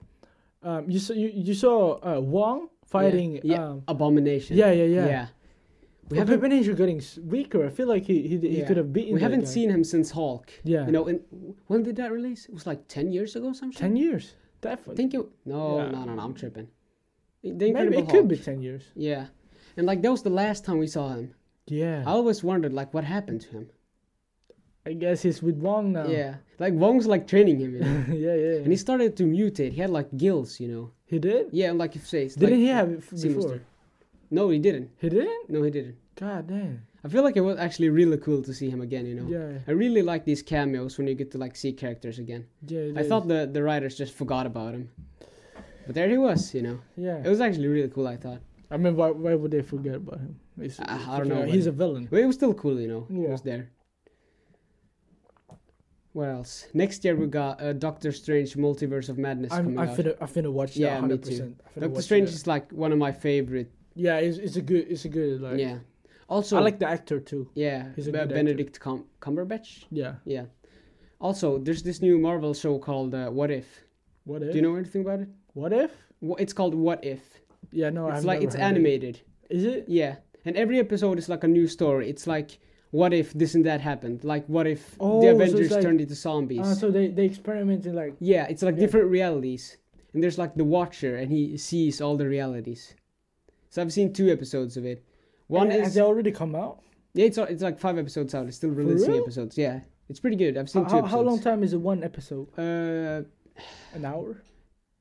S2: um, you saw you, you saw uh, Wong fighting.
S1: yeah.
S2: Um,
S1: Abomination.
S2: yeah, yeah, yeah.
S1: We
S2: We have
S1: haven't,
S2: Abomination getting s- weaker. I feel like he he, he
S1: Yeah.
S2: could have beaten.
S1: we
S2: that
S1: haven't
S2: guy.
S1: seen him since Hulk.
S2: Yeah.
S1: You know, and when did that release? It was like 10 years ago, something?
S2: ten years.
S1: I
S2: Definitely.
S1: think it. No,
S2: Yeah.
S1: no, no, no, I'm tripping. The
S2: Maybe
S1: Incredible
S2: it could
S1: Hulk.
S2: be ten years.
S1: Yeah. And like that was the last time we saw him.
S2: Yeah.
S1: I always wondered like what happened to him.
S2: I guess he's with Wong now.
S1: Yeah. Like Wong's like training him, you know.
S2: yeah, yeah.
S1: and he started to mutate. He had like gills, you know.
S2: he did?
S1: Yeah, and like if say it's
S2: Didn't
S1: like,
S2: he have it f-
S1: Sea
S2: before?
S1: Monster. No, he didn't.
S2: He didn't?
S1: No, he didn't.
S2: God damn.
S1: I feel like it was actually really cool to see him again, you know.
S2: Yeah,
S1: I really like these cameos when you get to like see characters again.
S2: yeah. it
S1: I
S2: is.
S1: thought the the writers just forgot about him. But there he was, you know. It
S2: Yeah.
S1: was actually really cool, I thought.
S2: I mean, why, why would they forget about him? He's,
S1: Ah, I- I
S2: he's
S1: don't
S2: fucking-
S1: know,
S2: He's
S1: but-
S2: a villain.
S1: But it was still cool, you know. It
S2: Yeah.
S1: was there. What else? Next year we got uh, Doctor Strange Multiverse of Madness
S2: I'm,
S1: coming
S2: I
S1: out.
S2: finna, I finna watch that
S1: Yeah, me
S2: 100%.
S1: too.
S2: I finna
S1: Doctor
S2: watch
S1: Strange
S2: that.
S1: is like one of my favorite.
S2: Yeah, it's, it's a good, it's a good, like.
S1: yeah. Also,
S2: I like the actor too.
S1: yeah,
S2: he's a
S1: Ben-
S2: good actor.
S1: Benedict Cum- Cumberbatch.
S2: Yeah.
S1: Yeah. Also, there's this new Marvel show called uh, What If.
S2: What if?
S1: Do you know anything about it?
S2: What if?
S1: Wha- It's called What If.
S2: Yeah, no,
S1: it's
S2: Oh, I've
S1: like
S2: never
S1: it's
S2: heard of it.
S1: animated.
S2: Is it?
S1: Yeah, and every episode is like a new story. It's like, what if this and that happened? Like, what if
S2: Oh, so
S1: the
S2: it's
S1: Avengers
S2: like-
S1: turned into zombies?
S2: Ah, so they, they experiment in like.
S1: yeah, it's like
S2: Yeah.
S1: different realities. And there's like the Watcher, and he sees all the realities. So I've seen two episodes of it. One
S2: Has
S1: is
S2: they already come out?
S1: yeah, it's al- it's like five episodes out. It's still releasing
S2: real?
S1: episodes. Yeah, it's pretty good. I've seen
S2: How,
S1: two
S2: how,
S1: episodes.
S2: how long time is it one episode?
S1: Uh,
S2: An hour?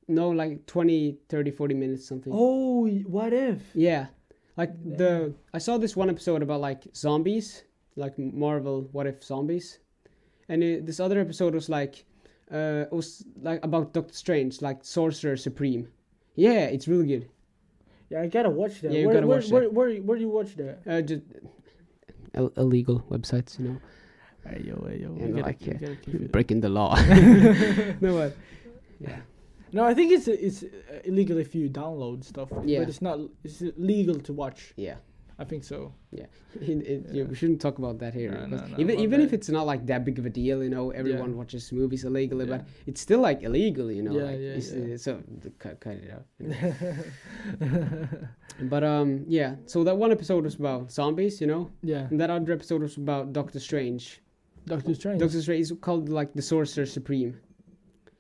S1: no, like 20, 30, 40 minutes something.
S2: Oh, y- what if?
S1: Yeah, like the I saw this one episode about like zombies, like Marvel What If zombies, and it, this other episode was like, uh, it was like about Doctor Strange, like Sorcerer Supreme. Yeah, it's really good.
S2: Yeah, I gotta watch that.
S1: Yeah, you
S2: where,
S1: gotta
S2: where,
S1: watch that.
S2: where, Where, where, do you watch that?
S1: Uh, just Ill- illegal websites, you know,
S2: Hey, yo, hey, yo.
S1: we gotta- we
S2: gotta
S1: breaking the law. no what? Yeah,
S2: No, I think it's it's uh, illegal if you download stuff.
S1: Yeah.
S2: But it's not. It's legal to watch.
S1: yeah.
S2: I think so.
S1: It, it, yeah, we shouldn't talk about that here.
S2: No,
S1: because
S2: no, no,
S1: even
S2: my
S1: even
S2: bad.
S1: if it's not like that big of a deal, you know, everyone watches movies illegally, but
S2: Yeah.
S1: it's still like illegal, you know.
S2: Yeah,
S1: like,
S2: yeah,
S1: it's-
S2: yeah.
S1: uh, So th- cut, cut it out. you know. but um, yeah. So that one episode was about zombies, you know,
S2: yeah.
S1: and that other episode was about Doctor Strange.
S2: Doctor Strange.
S1: Doctor Strange is called like the Sorcerer Supreme.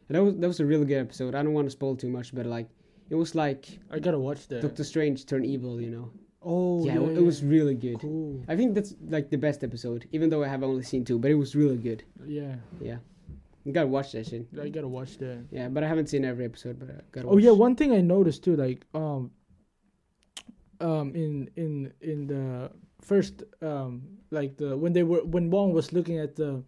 S1: And that was that was a really good episode. I don't want to spoil too much, but like. It was like
S2: I gotta watch that.
S1: Doctor Strange turned evil, you know.
S2: oh,
S1: yeah,
S2: yeah,
S1: it w- it was
S2: yeah.
S1: really good.
S2: cool.
S1: I think that's like the best episode, even though I have only seen two, but it was really good.
S2: Yeah,
S1: Yeah. You gotta watch that shit.
S2: I gotta watch that.
S1: Yeah, but I haven't seen every episode, but I gotta
S2: Oh
S1: watch.
S2: yeah, one thing I noticed too, like um, um, in in in the first um, like the when they were when Wong was looking at the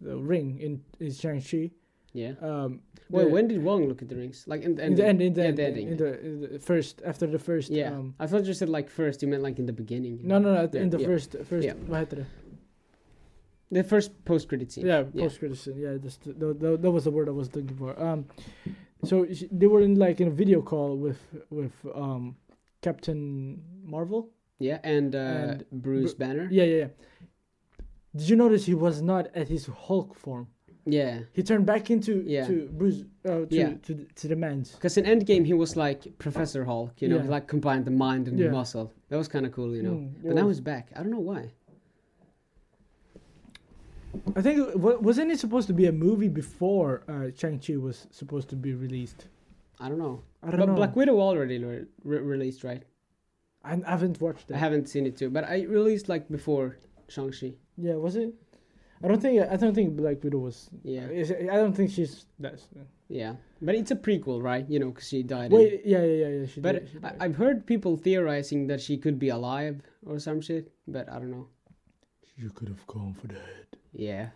S2: the ring in in Shang Chi,
S1: Yeah.
S2: um,
S1: Wait,
S2: the-
S1: when did Wong look at the rings? Like in the
S2: in
S1: end.
S2: the end, in the
S1: yeah,
S2: end,
S1: the
S2: in,
S1: ending.
S2: the, in the first after the first,
S1: yeah.
S2: um,
S1: I thought you said like first, you meant like in the beginning. you
S2: no,
S1: know?
S2: no, no, at the- in
S1: Yeah,
S2: the
S1: yeah.
S2: first, first,
S1: Yeah.
S2: what heter det?
S1: The first post credit scene.
S2: yeah,
S1: Yeah.
S2: post criticism, yeah, that's the, tha- tha- that was the word I was looking for. Um, so sh- they were in like in a video call with with um Captain Marvel.
S1: Yeah, and, uh,
S2: And
S1: Bruce Banner.
S2: Yeah, yeah, yeah. Did you notice he was not at his Hulk form?
S1: Yeah.
S2: He turned back into
S1: Yeah.
S2: to Bruce uh, to,
S1: Yeah.
S2: to the- to the man's.
S1: Because in Endgame, he was like Professor Hulk, you know, he
S2: Yeah.
S1: like combined the mind and the
S2: Yeah. Hmm.
S1: muscle. That was kind of cool, you know.
S2: Mm,
S1: but
S2: yeah.
S1: now he's back. I don't know why.
S2: I think wa- wasn't it supposed to be a movie before uh, Chang Chi was supposed to be released?
S1: I don't know.
S2: I don't
S1: but
S2: know.
S1: Black Widow already re- re- released, right?
S2: I I haven't watched it.
S1: I haven't seen it too, but I released like before Shang-Chi.
S2: Yeah, was it? I don't think I don't think Black Widow was.
S1: Yeah.
S2: is- I don't think she's that.
S1: Yeah. But it's a prequel, right? You know, because she died. in-
S2: Wait, yeah, yeah, yeah, yeah. She
S1: but
S2: did, she did.
S1: I- I've heard people theorizing that she could be alive or some shit, but I don't know.
S2: you could have gone for that.
S1: Yeah.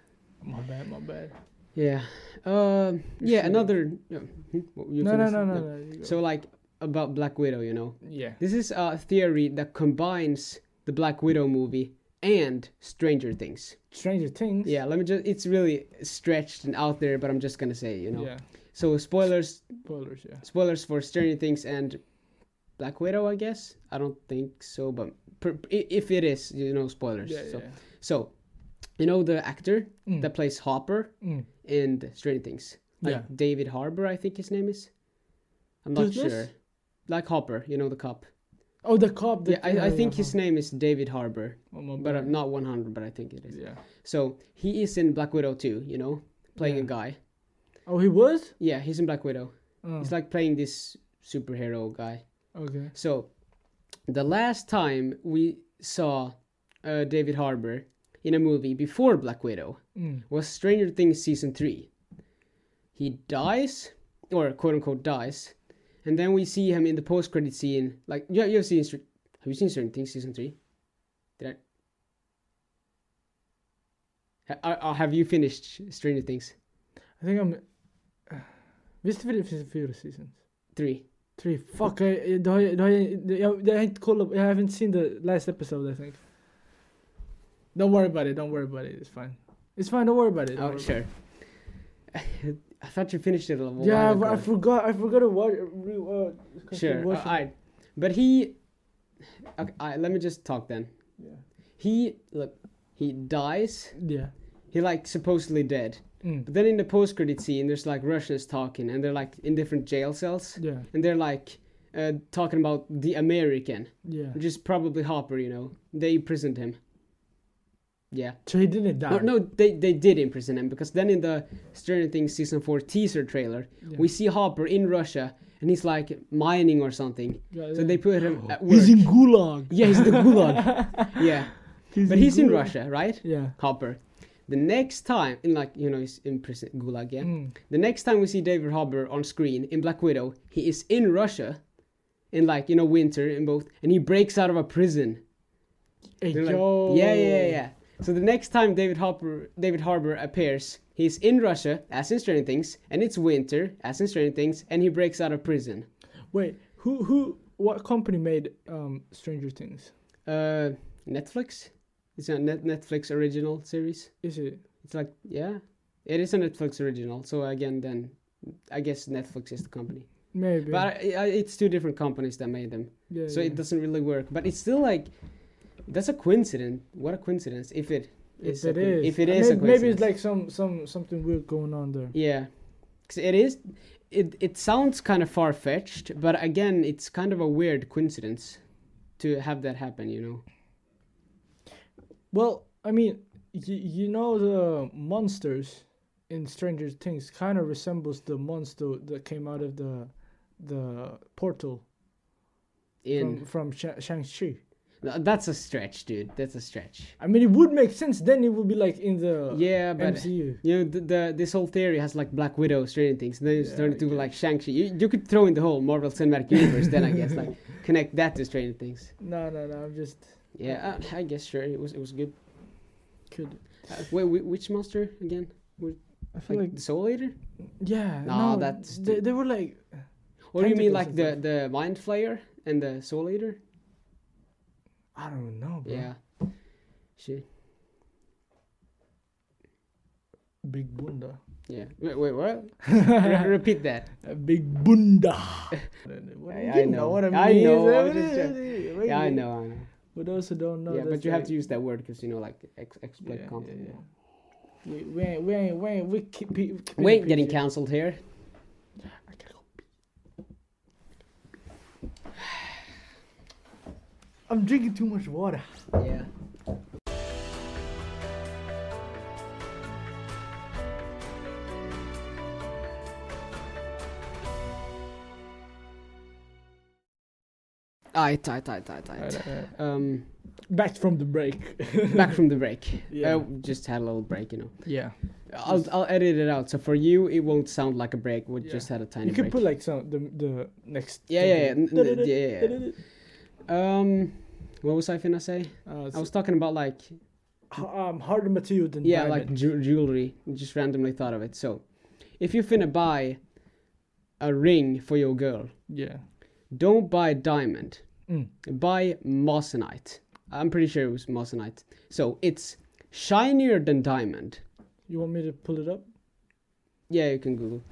S2: My bad, my bad.
S1: Yeah. Um, yeah,
S2: Sure.
S1: another. yeah, hmm, what, you
S2: No, no,
S1: finished?
S2: no, no, no. you go.
S1: So, like, about Black Widow, you know?
S2: yeah,
S1: This is a theory that combines the Black Widow movie and Stranger Things.
S2: Stranger Things.
S1: Yeah, let me just. It's really stretched and out there, but I'm just gonna say, you know.
S2: yeah,
S1: So spoilers,
S2: spoilers. Yeah,
S1: spoilers for Stranger Things and Black Widow, I guess. I don't think so, but per, i- if it is, you know, spoilers.
S2: yeah, yeah.
S1: so,
S2: yeah.
S1: so, you know the actor
S2: Mm,
S1: that plays Hopper
S2: mm.
S1: in Stranger Things, like
S2: Yeah.
S1: David Harbour, I think his name is. I'm not
S2: Who's
S1: sure.
S2: this?
S1: Like Hopper, you know the cop.
S2: Oh, the cop. that-
S1: yeah, I, I think his name is David Harbour,
S2: Oh, my
S1: but uh,
S2: bad.
S1: I'm not 100, but I think it is.
S2: Yeah.
S1: So he is in Black Widow too, you know, playing a
S2: Yeah.
S1: guy.
S2: Oh, he was.
S1: Yeah, he's in Black Widow.
S2: Oh,
S1: He's like playing this superhero guy.
S2: okay.
S1: So the last time we saw uh, David Harbour in a movie before Black Widow
S2: Mm.
S1: was Stranger Things season three. He dies, or quote unquote dies, and then we see him in the post credit scene. Like you, you've seen, Str- have you seen Stranger Things season three? Did I? Ha- uh, uh, have you finished Stranger Things
S2: I think I'm. uh, Visst du det finns fyra seasons?
S1: three?
S2: Three. Fuck, jag, det har jag, det har jag, det- jag, jag har inte kollat, jag haven't seen the last episode I think. Don't worry about it, don't worry about it, it's fine. It's fine, don't worry about it. don't
S1: Oh,
S2: worry
S1: sure. I thought you finished it a
S2: about
S1: while
S2: it. Yeah,
S1: ago.
S2: I, I forgot, I forgot to watch, uh, rewatch.
S1: Sure. uh, All right. But he. Okay, all right, let me just talk then.
S2: Yeah.
S1: He look. He dies.
S2: Yeah.
S1: He like supposedly dead.
S2: Mm.
S1: But then in the post credit scene, there's like Russians talking, and they're like in different jail cells,
S2: Yeah,
S1: and they're like uh, talking about the American,
S2: yeah.
S1: which is probably Hopper. You know, they imprisoned him. Yeah.
S2: So he didn't die.
S1: No, no, they they did imprison him because then in the Stranger Things season four teaser trailer,
S2: Yeah.
S1: we see Hopper in Russia, and he's like mining or something.
S2: Yeah,
S1: So
S2: yeah.
S1: they put him at work.
S2: He's in Gulag.
S1: Yeah, he's the gulag. yeah,
S2: He's
S1: but he's in
S2: Gulag.
S1: Russia, right?
S2: Yeah.
S1: Hopper. The next time, in like you know, he's in prison, gulag. Yeah.
S2: Mm.
S1: The next time we see David Hopper on screen in Black Widow, he is in Russia, in like you know winter in both, and he breaks out of a prison.
S2: Hey,
S1: They're like-
S2: yo.
S1: yeah, yeah, yeah, yeah. So the next time David Hopper, David Harbor appears, he's in Russia, as in Stranger Things, and it's winter, as in Stranger Things, and he breaks out of prison.
S2: Wait, who who what company made um Stranger Things?
S1: Uh, Netflix. It's a net- Netflix original series.
S2: Is it?
S1: It's like, yeah, it is a Netflix original. So again, then I guess Netflix is the company,
S2: Maybe.
S1: but I, I, it's two different companies that made them,
S2: yeah,
S1: so
S2: yeah.
S1: it doesn't really work. But it's still like that's a coincidence. What a coincidence! If it is,
S2: If
S1: a
S2: it
S1: coin-
S2: is,
S1: if it
S2: Uh,
S1: is, a
S2: maybe, maybe
S1: coincidence.
S2: it's like some some something weird going on there.
S1: yeah, 'Cause it is. It it sounds kind of far fetched, but again, it's kind of a weird coincidence to have that happen. You know?
S2: Well, I mean, you, you know the monsters in Stranger Things kind of resembles the monster that came out of the the portal
S1: In
S2: from from Sha- Shang Chi.
S1: No, that's a stretch, dude. That's a stretch.
S2: I mean, it would make sense. Then it would be like in the
S1: Yeah, but.
S2: MCU.
S1: You know, the, the this whole theory has like Black Widow, Stranger Things, and then it's
S2: Yeah,
S1: turned
S2: I
S1: into
S2: guess.
S1: like Shang-Chi. You, you could throw in the whole Marvel Cinematic Universe, then I guess, like connect that to Stranger Things.
S2: No, no, no. I'm just
S1: Yeah, I, I guess sure. It was it was good.
S2: could.
S1: Uh, wait, wh- which monster again?
S2: I feel
S1: Like,
S2: like,
S1: the Soul Eater?
S2: yeah.
S1: Nah,
S2: no,
S1: that's
S2: they,
S1: too-
S2: they were like
S1: Or do you mean
S2: Tentacles
S1: like
S2: and
S1: the
S2: stuff.
S1: the Mind Flayer and the Soul Eater?
S2: I don't know, bro.
S1: Yeah. Shit.
S2: Big bunda.
S1: Yeah. Wait, wait what? Re- repeat that.
S2: A big bunda. What do
S1: I-
S2: you
S1: I
S2: know.
S1: know.
S2: what I mean?
S1: I know, I was
S2: What
S1: just
S2: is- what
S1: Yeah, I
S2: is-
S1: know. I know.
S2: For those who don't know,
S1: yeah, but
S2: that's
S1: you have
S2: like-
S1: to use that word because you know, like ex-
S2: Yeah,
S1: exploit
S2: yeah,
S1: content.
S2: yeah. We, we ain't, we ain't, we ain't, we keep, we keep
S1: We ain't getting
S2: PG.
S1: cancelled here.
S2: I gotta go pee. I'm drinking too much water.
S1: Yeah. Aight, aight, aight, aight, aight.
S2: Alright, alright.
S1: Um,
S2: Back from the break.
S1: back from the break.
S2: Yeah.
S1: Uh, just had a little break, you know.
S2: yeah.
S1: I'll, I'll edit it out. So for you, it won't sound like a break. We
S2: Yeah.
S1: just had a tiny
S2: You can
S1: break.
S2: put like some the the next.
S1: Yeah,
S2: thing.
S1: yeah, yeah, n- n- yeah, yeah, um, what was I gonna say?
S2: Uh,
S1: I
S2: it's,
S1: was talking about like
S2: h- um, harder material than
S1: yeah, like
S2: diamond.
S1: ju- jewelry. Just randomly thought of it. So, if you're finna buy a ring for your girl,
S2: yeah.
S1: don't buy diamond.
S2: Mm.
S1: Buy moissanite. I'm pretty sure it was moissanite. So it's shinier than diamond.
S2: You want me to pull it up?
S1: Yeah, you can Google.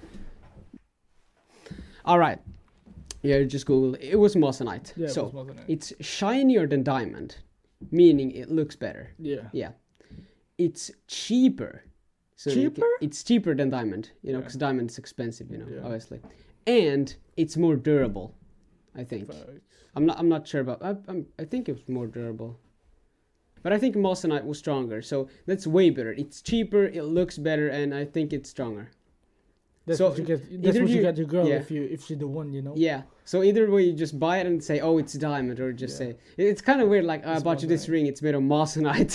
S1: All right. Yeah, you just Google. It was moissanite.
S2: Yeah.
S1: so
S2: it was more than that.
S1: it's shinier than diamond, meaning it looks better.
S2: yeah.
S1: Yeah. It's cheaper. So you ca-
S2: Cheaper?
S1: it's cheaper than diamond, you know,
S2: Yeah.
S1: because diamond's expensive, you know,
S2: Yeah.
S1: obviously. And it's more durable, I think.
S2: Facts.
S1: I'm not. I'm not sure about. I, I'm, I think it was more durable, but I think Moissanite was stronger. So that's way better. It's cheaper. It looks better, and I think it's stronger.
S2: That's
S1: So
S2: what you get. That's
S1: either
S2: what you,
S1: you-
S2: get your girl
S1: yeah.
S2: if you if she the one you know.
S1: Yeah. So either way, you just buy it and say, "Oh, it's diamond," or just
S2: Yeah.
S1: say, "It's kind of weird." Like I
S2: It's
S1: bought you this
S2: Moissanite.
S1: ring. It's made of Moissanite.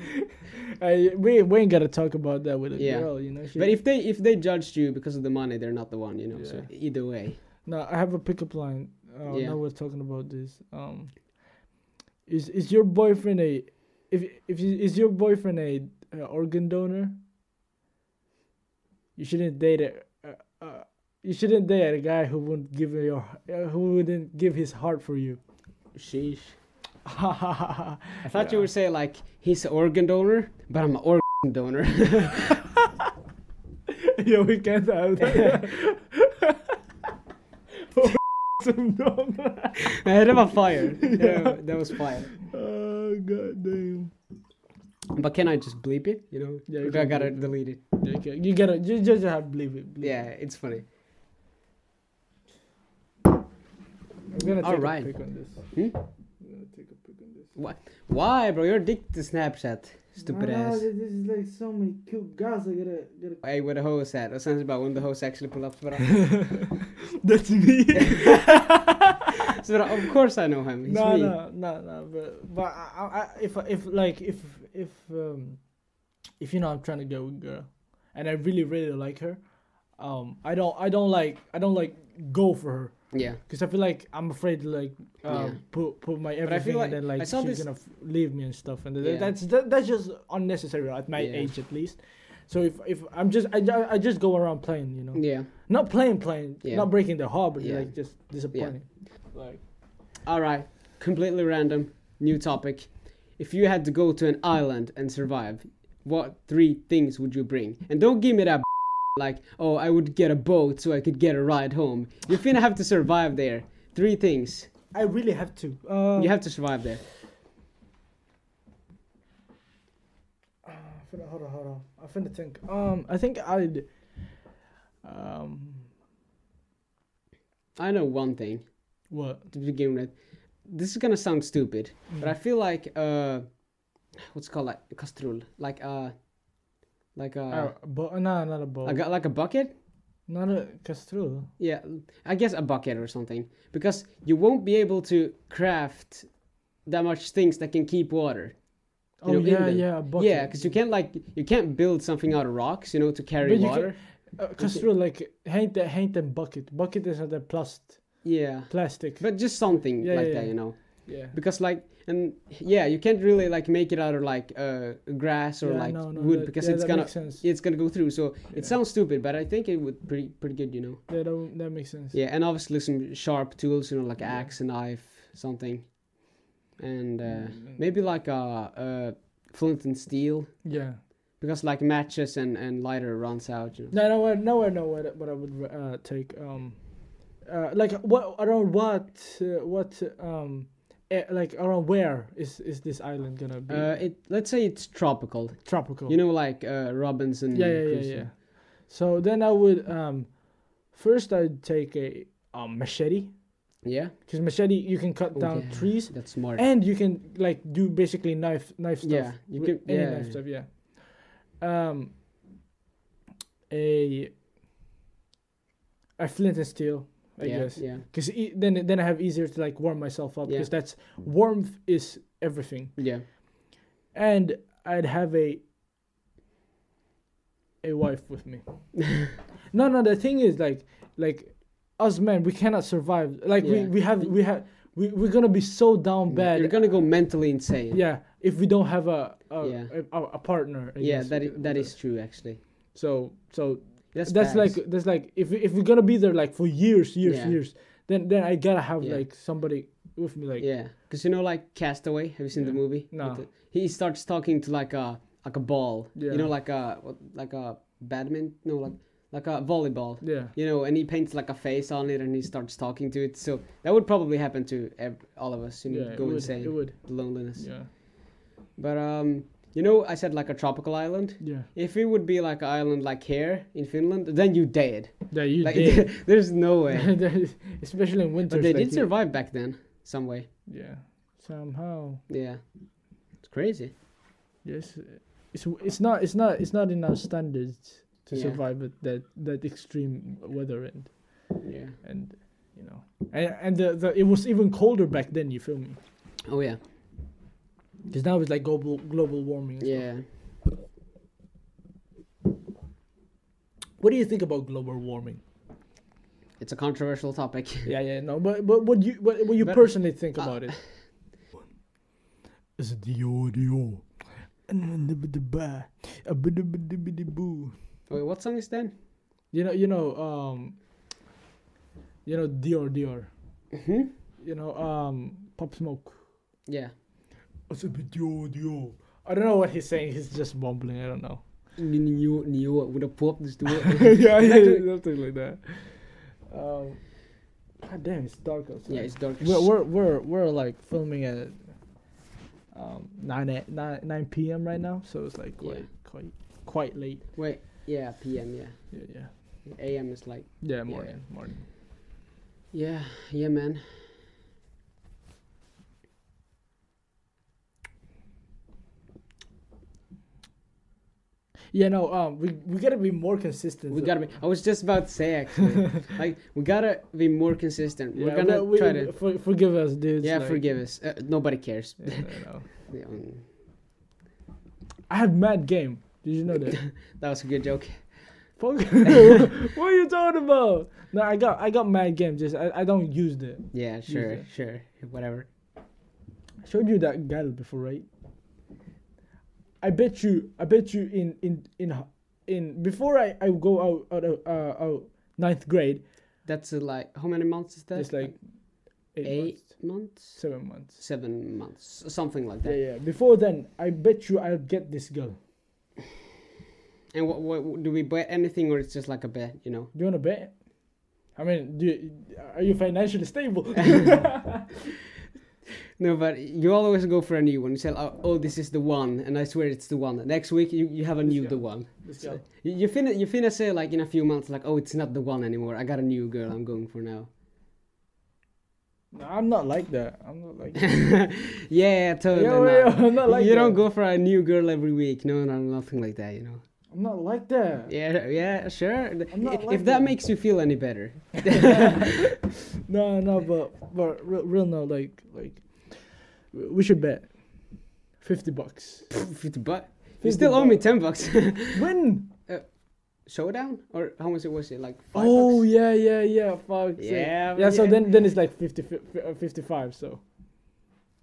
S2: I, we we ain't gotta talk about that with a
S1: Yeah.
S2: girl, you know. She,
S1: but if they if they judged you because of the money, they're not the one. You know. So
S2: Yeah.
S1: either way.
S2: no, I have a pickup line. Uh,
S1: Yeah.
S2: Now we're talking about this. Um, is is your boyfriend a if if you- is your boyfriend a uh, organ donor? You shouldn't date a. Uh, uh, you shouldn't date a guy who wouldn't give your uh, who wouldn't give his heart for you.
S1: Sheesh.
S2: I
S1: I thought you would say like he's an organ donor, but I'm an organ donor.
S2: Yeah, we can't have that. Some dumb.
S1: that was fire. Yeah, that was fire.
S2: Oh god damn.
S1: But can I just bleep it? You know, yeah,
S2: Yeah, you
S1: I
S2: can
S1: gotta
S2: bleep it.
S1: delete it.
S2: Okay, you gotta you just have to believe it. believe
S1: Yeah,
S2: it.
S1: it's funny.
S2: I'm gonna take
S1: Alright.
S2: a pic on this.
S1: Hmm?
S2: I'm gonna take a pic on this.
S1: Why, bro? You're addicted to Snapchat. Stupid
S2: Nah, nah,
S1: ass.
S2: Ah, This this is like so many cute guys. I gotta gotta.
S1: Hey, where the host at? Or something about when the host actually pull up. But
S2: That's me.
S1: so, of course I know him. He's
S2: no,
S1: me.
S2: no, no, no. But but I, I, I- if if like if if um if you know I'm trying to go with girl, and I really really like her, um I don't I don't like I don't like go for her
S1: Yeah.
S2: because I feel like I'm afraid to like uh,
S1: Yeah.
S2: put put my
S1: I
S2: everything
S1: feel like-
S2: and then like
S1: I
S2: she's
S1: saw this-
S2: gonna f- leave me and stuff and th-
S1: Yeah.
S2: that's that, that's just unnecessary at my
S1: Yeah.
S2: age at least. So if if I'm just I, ju- I just go around playing you know
S1: Yeah.
S2: not playing playing
S1: Yeah.
S2: not breaking the heart but
S1: Yeah.
S2: like just disappointing like
S1: All right. Completely random. New topic. If you had to go to an island and survive, what three things would you bring? And don't give me that like, oh, I would get a boat so I could get a ride home. You're finna have to survive there. Three things.
S2: I really have to. Uh,
S1: You have to survive there.
S2: Uh, finna, hold on, hold on. I finna think. Um, I think I'd. Um,
S1: I know one thing
S2: what?
S1: to begin with. This is gonna sound stupid, but I feel like uh, what's it called like kastrul, like uh, like
S2: Uh,
S1: a
S2: bo- no, not a bowl.
S1: like a, like a bucket.
S2: not a castrul.
S1: Yeah, mm, I guess a bucket or something because you won't be able to craft that much things that can keep water.
S2: Oh
S1: know, in
S2: yeah,
S1: the-
S2: yeah, a
S1: Yeah, 'cause
S2: bucket.
S1: Yeah, because you can't like you can't build something out of rocks, you know, to carry
S2: But you
S1: water.
S2: uh, castrul like hang the hang the bucket. Bucket is not a plast
S1: Yeah,
S2: plastic.
S1: but just something
S2: Yeah,
S1: like
S2: yeah,
S1: that,
S2: yeah.
S1: you know.
S2: yeah.
S1: because like and yeah you can't really like make it out of like uh grass or
S2: Yeah,
S1: like
S2: no, no,
S1: wood
S2: that-
S1: because
S2: yeah,
S1: it's
S2: that
S1: gonna
S2: makes sense.
S1: it's gonna go through so
S2: Yeah.
S1: it sounds stupid but i think it would pretty pretty good you know
S2: Yeah, that, that makes sense.
S1: yeah and obviously some sharp tools you know like
S2: Yeah.
S1: axe knife something and uh
S2: Mm.
S1: maybe like a, a flint and steel
S2: Yeah.
S1: because like matches and and lighter runs out you know
S2: No, no, what, no, what, no, what, what I would uh, take. Um, uh, like what around what uh, what um, eh, like around where is is this island gonna be?
S1: uh it let's say it's tropical
S2: Tropical.
S1: you know like uh robinson
S2: Yeah, yeah, yeah,
S1: Crusoe.
S2: yeah. So then I would um, first I'd take a um, machete
S1: yeah
S2: because machete you can cut
S1: Oh,
S2: down
S1: yeah.
S2: trees
S1: that's smart
S2: and you can like do basically knife knife stuff.
S1: Yeah, you
S2: with
S1: can-
S2: any
S1: yeah,
S2: knife
S1: yeah.
S2: stuff. Yeah. Um. A. A flint and steel. I
S3: Yeah.
S2: guess.
S1: Yeah.
S2: Because e- then then I have easier to like warm myself up
S1: Yeah.
S2: because that's warmth is everything.
S1: Yeah.
S2: And I'd have a a wife with me. no, no. The thing is like like us men, we cannot survive. Like we
S1: Yeah.
S2: we have we have we we're gonna be so down bad.
S1: You're gonna go mentally insane.
S2: yeah, if we don't have a a,
S1: Yeah.
S2: a, a partner. I
S1: Yeah,
S2: guess.
S1: that is, that is true actually.
S2: so so
S1: That's
S2: that's
S1: facts.
S2: like that's like if we- if we're gonna be there like for years, years,
S1: Yeah.
S2: years, then then I gotta have
S1: Yeah.
S2: like somebody with me like
S1: yeah, because you know like Castaway. Have you seen the
S2: Yeah.
S1: movie?
S2: No.
S1: With the- he starts talking to like a like a ball.
S2: Yeah.
S1: You know like a what, like a badminton. No, like like a volleyball.
S2: yeah.
S1: You know, and he paints like a face on it, and he starts talking to it. So that would probably happen to ev- all of us. You know,
S2: yeah, it
S1: go
S2: would,
S1: insane,
S2: It would.
S1: the loneliness.
S2: Yeah.
S1: But um, you know, I said like a tropical island.
S2: Yeah.
S1: If it would be like an island like here in Finland, then you dead.
S2: Yeah, you
S1: like,
S2: did.
S1: there's no way.
S2: Especially in winter.
S1: But they did survive back then, some way.
S2: Yeah. Somehow.
S1: Yeah, it's crazy.
S2: Yes. It's it's not it's not it's not in our standards to
S1: Yeah.
S2: survive at that that extreme weather and
S1: Yeah.
S2: and you know and and the, the it was even colder back then. You feel me?
S1: Oh yeah.
S2: Because now it's like global global warming. and stuff.
S1: Yeah.
S2: What do you think about global warming?
S1: It's a controversial topic.
S2: yeah, yeah, no, but but what you what, what you
S1: But-
S2: personally think about it? Is it the audio? uh, You
S1: Wait, what song is that?
S2: know, you know, um, you know, Dior, Dior,
S1: Mm-hmm.
S2: you know, um, Pop Smoke.
S1: Yeah.
S2: It's a bit Dior, Dior. I don't know what he's saying. He's just mumbling. I don't know.
S1: New new with a pop this
S2: yeah, yeah, something like that. Um, God damn, it's dark outside.
S1: Yeah, it's dark. as
S2: we're we're we're, we're like filming at um 9, a, 9 9 p.m right now so it's like
S1: Yeah.
S2: quite quite quite late
S1: Wait. Yeah. PM. Yeah.
S2: yeah yeah
S1: AM is like.
S2: yeah morning morning
S1: Yeah. Yeah, man.
S2: yeah no um we we gotta be more consistent
S1: We
S2: though.
S1: gotta be. I was just about to say actually, like we gotta be more consistent.
S2: yeah,
S1: We're gonna
S2: we- we-
S1: try to.
S2: for, forgive us dudes
S1: yeah,
S2: like-
S1: forgive us. Uh, nobody cares.
S2: yeah, no, no.
S1: Yeah, um,
S2: i had mad game did you know that
S1: that was a good joke.
S2: Fuck. what are you talking about no i got i got mad game just i, I don't use that
S1: Yeah, sure,
S2: that.
S1: sure, whatever.
S2: I showed you that guy before, right? I bet you, I bet you in in in in before I I go out out of uh, out ninth grade,
S1: That's uh, like how many months is that?
S2: it's like eight,
S1: eight
S2: months,
S1: months,
S2: seven months.
S1: seven months, something like
S2: Yeah,
S1: that.
S2: yeah. Before then, I bet you I'll get this girl.
S1: And what, what do we bet anything or it's just like a bet? You know,
S2: Do you wanna bet? I mean, do you, are you financially stable?
S1: no, but you always go for a new one. You say, oh, oh, this is the one, and I swear it's the one. Next week you, you have a
S2: This
S1: new
S2: guy.
S1: the one.
S2: this girl.
S1: You, you finna you finna say like in a few months like, oh, it's not the one anymore. I got a new girl. I'm going for now.
S2: No, I'm not like that. I'm not like. That.
S1: yeah, totally.
S2: Yo,
S1: no.
S2: yo, I'm not like
S1: you
S2: that.
S1: don't go for a new girl every week. No, no, nothing like that. You know.
S2: I'm not like that.
S1: Yeah, yeah, sure. Th-
S2: I'm not
S1: If,
S2: like
S1: if that
S2: that.
S1: makes you feel any better,
S2: No, no, but but real, real no, like like w- we should bet fifty bucks.
S1: fifty bucks. You
S2: 50
S1: still owe me ten bucks.
S2: When?
S1: Showdown or how much it was it? Like five
S2: Oh
S1: bucks?
S2: yeah, yeah, yeah. Fuck. sake.
S1: Yeah,
S2: Yeah. So
S1: yeah.
S2: then then it's like 50, fi- fi- uh, 55, So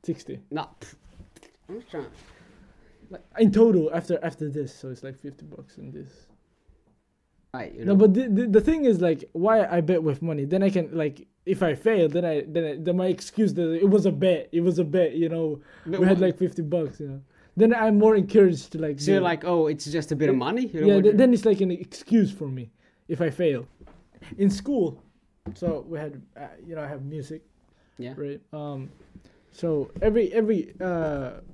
S2: sixty
S1: Nah. pff. I'm just trying.
S2: in total after after this. So it's like fifty bucks and this.
S1: Right, you
S2: No,
S1: know.
S2: but the, the the thing is like why I bet with money. Then I can like if I fail, then I then I, then my excuse that it was a bet. It was a bet. You know,
S1: But
S2: we had
S1: wh-
S2: like fifty bucks. You know. Then I'm more encouraged to like.
S1: so you're
S2: do it.
S1: like, oh, it's just a bit of money. You know
S2: yeah,
S1: what
S2: th-
S1: you-
S2: then it's like an excuse for me if I fail. In school, so we had, uh, you know, I have music,
S1: yeah.
S2: right? Um, so every every uh,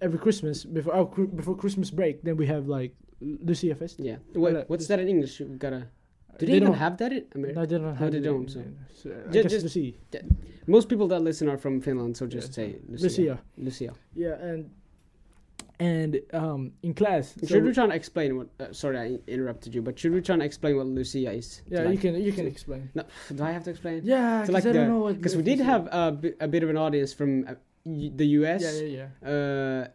S2: every Christmas before our, Chri- before Christmas break, then we have like Lucia Fest.
S1: Yeah. Wait,
S2: like
S1: what's
S2: this-
S1: that in English? You gotta. Do they,
S2: They
S1: even
S2: don't-
S1: have that in America?
S2: No, they don't have
S1: they
S2: it
S1: don't,
S2: in-
S1: so-
S2: in- so I
S1: Ju-
S2: guess
S1: just-
S2: Lucy.
S1: Most people that listen are from Finland, so just
S2: Yeah.
S1: say Lucia.
S2: Lucia.
S1: Lucia.
S2: Yeah, and and um in class. so-
S1: should we try to explain what? Uh, sorry, I interrupted you. But should we try to explain what Lucia is?
S2: yeah,
S1: Like-
S2: you can you can explain.
S1: No, do I have to explain?
S2: Yeah,
S1: So
S2: because
S1: like
S2: I don't
S1: the-
S2: know what
S1: Because we
S2: this
S1: did
S2: is.
S1: have a, bi- a bit of an audience from uh, y- the US,
S2: Yeah, yeah,
S1: Uh,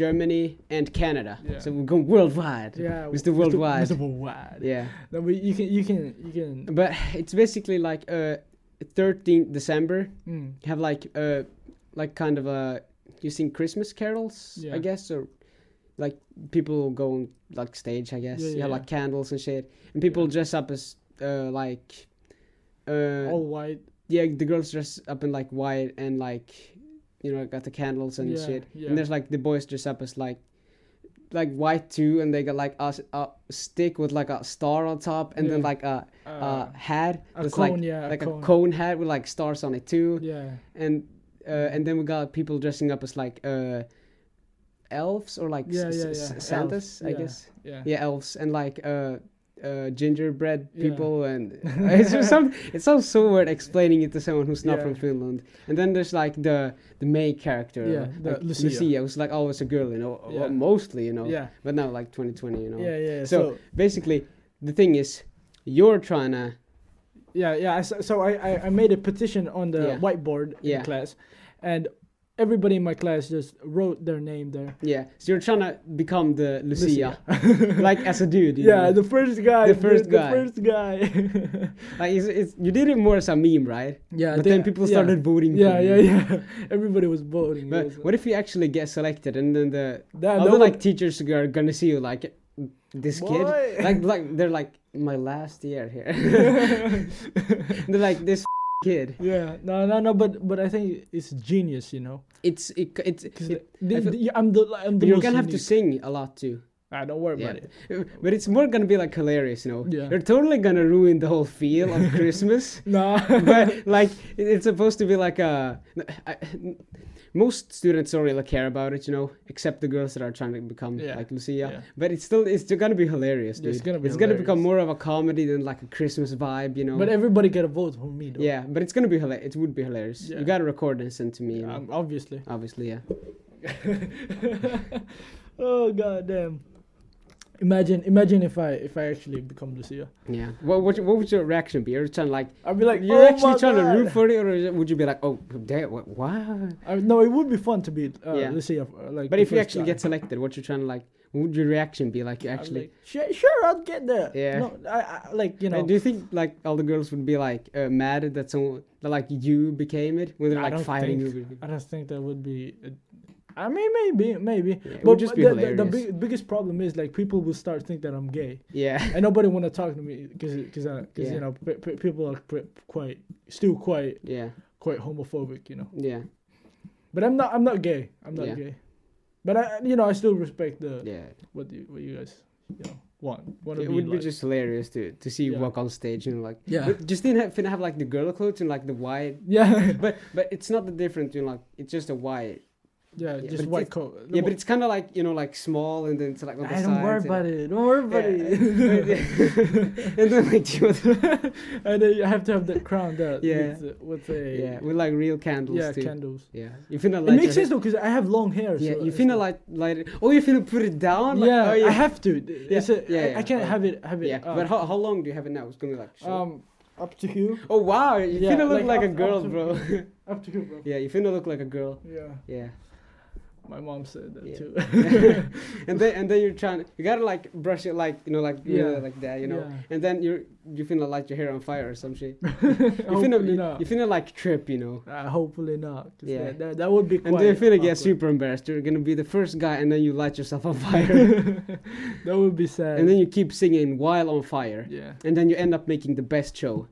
S1: Germany, and Canada.
S2: Yeah.
S1: So we're going worldwide.
S2: yeah. yeah
S1: Mr. Worldwide.
S2: Mr. Worldwide.
S1: Yeah.
S2: No, but you can you can you can.
S1: But it's basically like uh, 13th December.
S2: Mm,
S1: You have like uh, like kind of a you sing Christmas carols,
S2: Yeah.
S1: I guess, or like people go on like stage, I guess.
S2: Yeah,
S1: you have
S2: yeah,
S1: like candles and shit, and people
S2: Yeah.
S1: dress up as uh, like. Uh,
S2: all white.
S1: yeah, the girls dress up in like white and like you know got the candles and
S2: Yeah,
S1: shit.
S2: yeah.
S1: And there's like the boys dress up as like like white too, and they got like a, s- a stick with like a star on top, and then
S2: Yeah.
S1: like a,
S2: Uh,
S1: a hat
S2: a
S1: that's
S2: cone,
S1: like
S2: yeah,
S1: like
S2: a cone.
S1: hat with like stars on it too,
S2: Yeah.
S1: and uh, and then we got people dressing up as like uh, elves or like s-
S2: Yeah,
S1: s-
S2: yeah,
S1: s-
S2: yeah.
S1: Santas, I
S2: Elf, yeah.
S1: guess
S2: Yeah.
S1: yeah elves and like uh uh gingerbread
S2: Yeah.
S1: people and it's just some it sounds so weird explaining it to someone who's not
S2: Yeah.
S1: from finland and then there's like the the main character
S2: Yeah,
S1: like
S2: the Lucia.
S1: who's like always a girl you know
S2: Yeah.
S1: well, mostly you know
S2: Yeah.
S1: but now like 2020 you know
S2: Yeah, yeah.
S1: So-
S2: So,
S1: basically the thing is you're trying to
S2: yeah, yeah. I s- So, I, I, I made a petition on the
S1: Yeah.
S2: whiteboard
S1: Yeah.
S2: in class, and everybody in my class just wrote their name there.
S1: yeah so you're trying to become the lucia, like as a dude you
S2: yeah,
S1: know?
S2: the first guy.
S1: The first guy.
S2: The first guy.
S1: like it's, it's you did it more as a meme right
S2: yeah.
S1: but
S2: they-
S1: then people started voting
S2: Yeah,
S1: for
S2: yeah,
S1: you.
S2: yeah. Everybody was voting.
S1: but what if you actually get selected and then the
S2: that,
S1: Other like teachers are gonna see you like this
S2: Why?
S1: kid, like like they're like my last year here.
S2: yeah,
S1: they're like this kid.
S2: no, no, no. But but I think it's genius, you know.
S1: It's it, it's
S2: 'Cause
S1: it,
S2: the-
S1: I feel-
S2: the- I'm the I'm the
S1: you're
S2: most
S1: gonna have to sing
S2: unique.
S1: a lot too.
S2: Ah, don't worry
S1: Yeah.
S2: about it.
S1: But it's more gonna be like hilarious, you know.
S2: Yeah.
S1: You're totally gonna ruin the whole feel of Christmas.
S2: Nah.
S1: but like it- it's supposed to be like a. I, most students don't really care about it, you know, except the girls that are trying to become
S2: Yeah.
S1: like Lucia.
S2: Yeah.
S1: But it's still it's gonna be hilarious, dude.
S2: It's gonna be
S1: become
S2: hilarious.
S1: more of a comedy than like a Christmas vibe, you know.
S2: But everybody got a vote for me, though.
S1: yeah, but it's gonna be hilarious. It would be hilarious.
S2: Yeah.
S1: You gotta record and send to me. You know?
S2: Um, obviously.
S1: Obviously, yeah.
S2: oh goddamn! Imagine, imagine if I if I actually become Lucia,
S1: Yeah. What what, what would your reaction be? You're trying like
S2: I'd be like,
S1: you're
S2: "Oh
S1: actually
S2: my
S1: trying
S2: God."
S1: to root for it, or is it- would you be like, oh, damn, what? what?
S2: I, no, it would be fun to be uh,
S1: Yeah.
S2: Lucia. uh, Like,
S1: But
S2: the
S1: if you
S2: first
S1: actually
S2: guy.
S1: get selected, what you trying to like? What would your reaction be like? You
S2: I'd be
S1: actually.
S2: like, sure, sure, I'll get there.
S1: Yeah.
S2: No, I, I like you
S1: Uh,
S2: know.
S1: do you think like all the girls would be like uh, mad that someone that, like you became it when they're
S2: I
S1: like
S2: don't
S1: fighting
S2: think-
S1: you?
S2: I don't think that would be. uh, I mean, maybe, maybe.
S1: Yeah, it
S2: but
S1: would just be
S2: the, the, the
S1: hilarious.
S2: big, biggest problem is like people will start think that I'm gay,
S1: Yeah,
S2: and nobody want to talk to me because because because
S1: Yeah.
S2: you know p- p- people are p- quite still quite
S1: yeah,
S2: quite homophobic, you know.
S1: yeah,
S2: But I'm not. I'm not gay. I'm not
S1: Yeah.
S2: gay. But I, you know, I still respect the
S1: yeah.
S2: what you, what you guys, you know, want. want to
S1: It
S2: be
S1: would be
S2: like.
S1: just hilarious to to see you
S2: Yeah.
S1: walk on stage and like
S2: Yeah.
S1: but Just didn't have, didn't have like the girl clothes and like the white,
S2: yeah,
S1: but but it's not the difference. You know, like it's just a white.
S2: yeah,
S1: Yeah,
S2: just
S1: but
S2: white
S1: it's-
S2: coat.
S1: Yeah, but it's kind of like you know like small and then it's like on the
S2: I don't worry
S1: sides
S2: about it. Don't worry
S1: and-
S2: about
S1: Yeah.
S2: it.
S1: and then like you
S2: and then you have to have that crown that
S1: Yeah.
S2: with, with a
S1: yeah with like real candles
S2: yeah
S1: too.
S2: candles.
S1: yeah, you finna
S2: it
S1: light.
S2: makes
S1: your
S2: sense though because I have long hair.
S1: Yeah,
S2: so
S1: you
S2: it's
S1: finna light light it. Oh, you finna put it down. Like,
S2: yeah,
S1: oh, yeah.
S2: I have to. It's a,
S1: yeah,
S2: I,
S1: yeah,
S2: I can't
S1: oh.
S2: have it. Have it.
S1: Yeah,
S2: uh,
S1: but how, how long do you have it now? It's gonna be like. short.
S2: um, up to you.
S1: oh wow, you
S2: yeah,
S1: finna look like,
S2: like
S1: a
S2: up-
S1: girl,
S2: up to-
S1: bro.
S2: Up to you, bro.
S1: yeah, you finna look like a girl.
S2: Yeah.
S1: Yeah.
S2: My mom said that
S1: Yeah.
S2: too.
S1: and then and then you're trying. You gotta like brush it like you know like you know,
S2: Yeah.
S1: like that you know.
S2: Yeah.
S1: And then you're you finna light your hair on fire or some shit. You finna
S2: hopefully
S1: you,
S2: not.
S1: you finna like trip, you know.
S2: Uh, hopefully not. 'cause
S1: Yeah.
S2: That, that, that would be.
S1: And
S2: quite
S1: then you're finna get
S2: awkward.
S1: super embarrassed. You're gonna be the first guy, and then you light yourself on fire,
S2: that would be sad.
S1: and then you keep singing while on fire.
S2: yeah.
S1: and then you end up making the best show.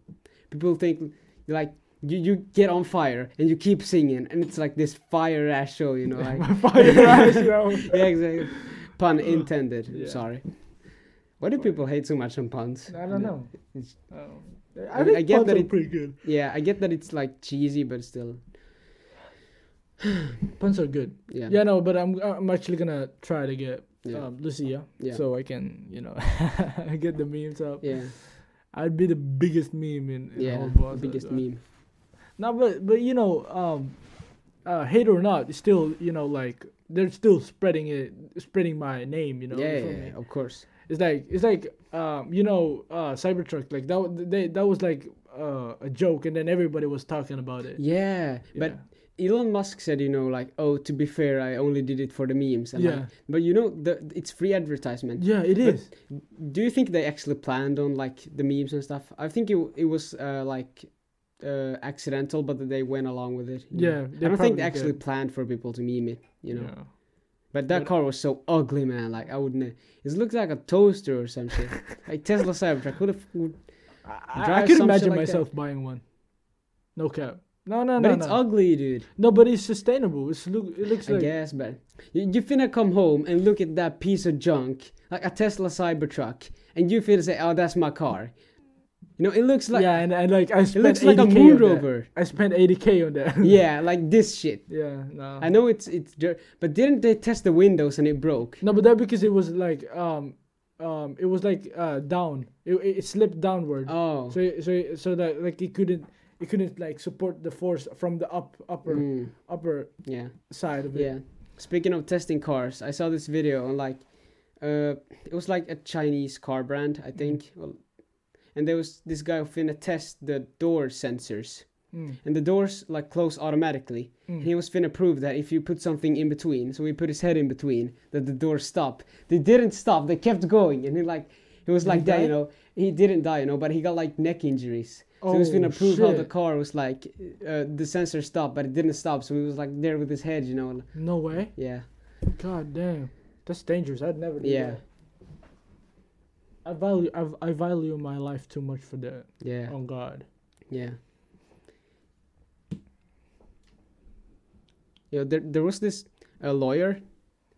S1: People think like you, you get on fire and you keep singing, and it's like this fire ass show, you know? Like,
S2: Fire eyes, yo.
S1: yeah, exactly. Pun intended.
S2: Yeah.
S1: Sorry. Why do people hate so much on puns?
S2: I don't know.
S1: It's-
S2: Oh.
S1: I mean, I get
S2: puns
S1: that
S2: are
S1: it-
S2: pretty good.
S1: Yeah, I get that it's like cheesy, but still,
S2: Puns are good.
S1: yeah,
S2: Yeah. no, but I'm I'm actually gonna try to get
S1: yeah,
S2: um, Lucia
S1: Yeah.
S2: so I can you know get the memes up.
S1: yeah,
S2: I'd be the biggest meme in, in
S1: yeah.
S2: whole world.
S1: biggest
S2: Uh,
S1: meme.
S2: No, but but you know, um, uh, hate or not, it's still you know like they're still spreading it, spreading my name. You know,
S1: yeah,
S2: you
S1: yeah,
S2: feel
S1: yeah,
S2: me?
S1: of course.
S2: It's like it's like um, you know, uh, Cybertruck. Like that, wa- they that was like uh, a joke, and then everybody was talking about it.
S1: Yeah, but Elon Musk said, you know, like, oh, to be fair, I only did it for the memes. And
S2: Yeah.
S1: like, but you know, the, it's free advertisement.
S2: yeah, it
S1: But-
S2: is.
S1: Do you think they actually planned on like the memes and stuff? I think it it was uh, like uh, accidental, but they went along with it. you know?
S2: Yeah, they
S1: I don't think
S2: probably
S1: they actually
S2: did.
S1: planned for people to meme it. You know,
S2: Yeah.
S1: but that
S2: But-
S1: car was so ugly, man. Like I wouldn't. It looked like a toaster or some shit. like Tesla Cybertruck. Who the f- would,
S2: I- I, I
S1: Drive
S2: could
S1: some shit
S2: imagine
S1: like that.
S2: myself buying one. No cap. No, no,
S1: but
S2: no,
S1: it's
S2: no.
S1: ugly, dude.
S2: no, but it's sustainable. It's look. It looks
S1: I
S2: like
S1: guess, but you, you finna come home and look at that piece of junk, like a Tesla Cybertruck, and you finna say, "Oh, that's my car." You know, it looks like
S2: yeah, and, and like I
S1: it
S2: spent
S1: looks
S2: 80K
S1: like a moon
S2: on that.
S1: rover.
S2: I spent 80k on that.
S1: yeah, like this shit.
S2: yeah, no.
S1: I know it's it's dirt, but didn't they test the windows and it broke?
S2: No, but that because it was like um um it was like uh down. It it, it slipped downward.
S1: Oh,
S2: So it- so it- so that like it couldn't it couldn't like support the force from the up upper
S1: mm,
S2: upper
S1: yeah,
S2: side of it.
S1: yeah. Speaking of testing cars, I saw this video on like, uh, it was like a Chinese car brand,
S2: Mm-hmm.
S1: I think. Well, and there was this guy who finna test the door sensors,
S2: Mm,
S1: and the doors like close automatically.
S2: mm.
S1: He was finna prove that if you put something in between, so he put his head in between, that the door stopped. They didn't stop, they kept going. And he like he was
S2: Did
S1: like
S2: he
S1: that,
S2: die?
S1: you know. He didn't die, you know, but he got like neck injuries. So he was gonna
S2: Oh,
S1: prove how the
S2: shit.
S1: car was like uh, the sensor stopped, but it didn't stop, so he was like there with his head, you know. and-
S2: No way.
S1: Yeah.
S2: God damn. That's dangerous. I'd never do
S1: Yeah.
S2: that. I value I've, I value my life too much for that.
S1: Yeah.
S2: Oh God.
S1: Yeah. You know, there there was this uh, lawyer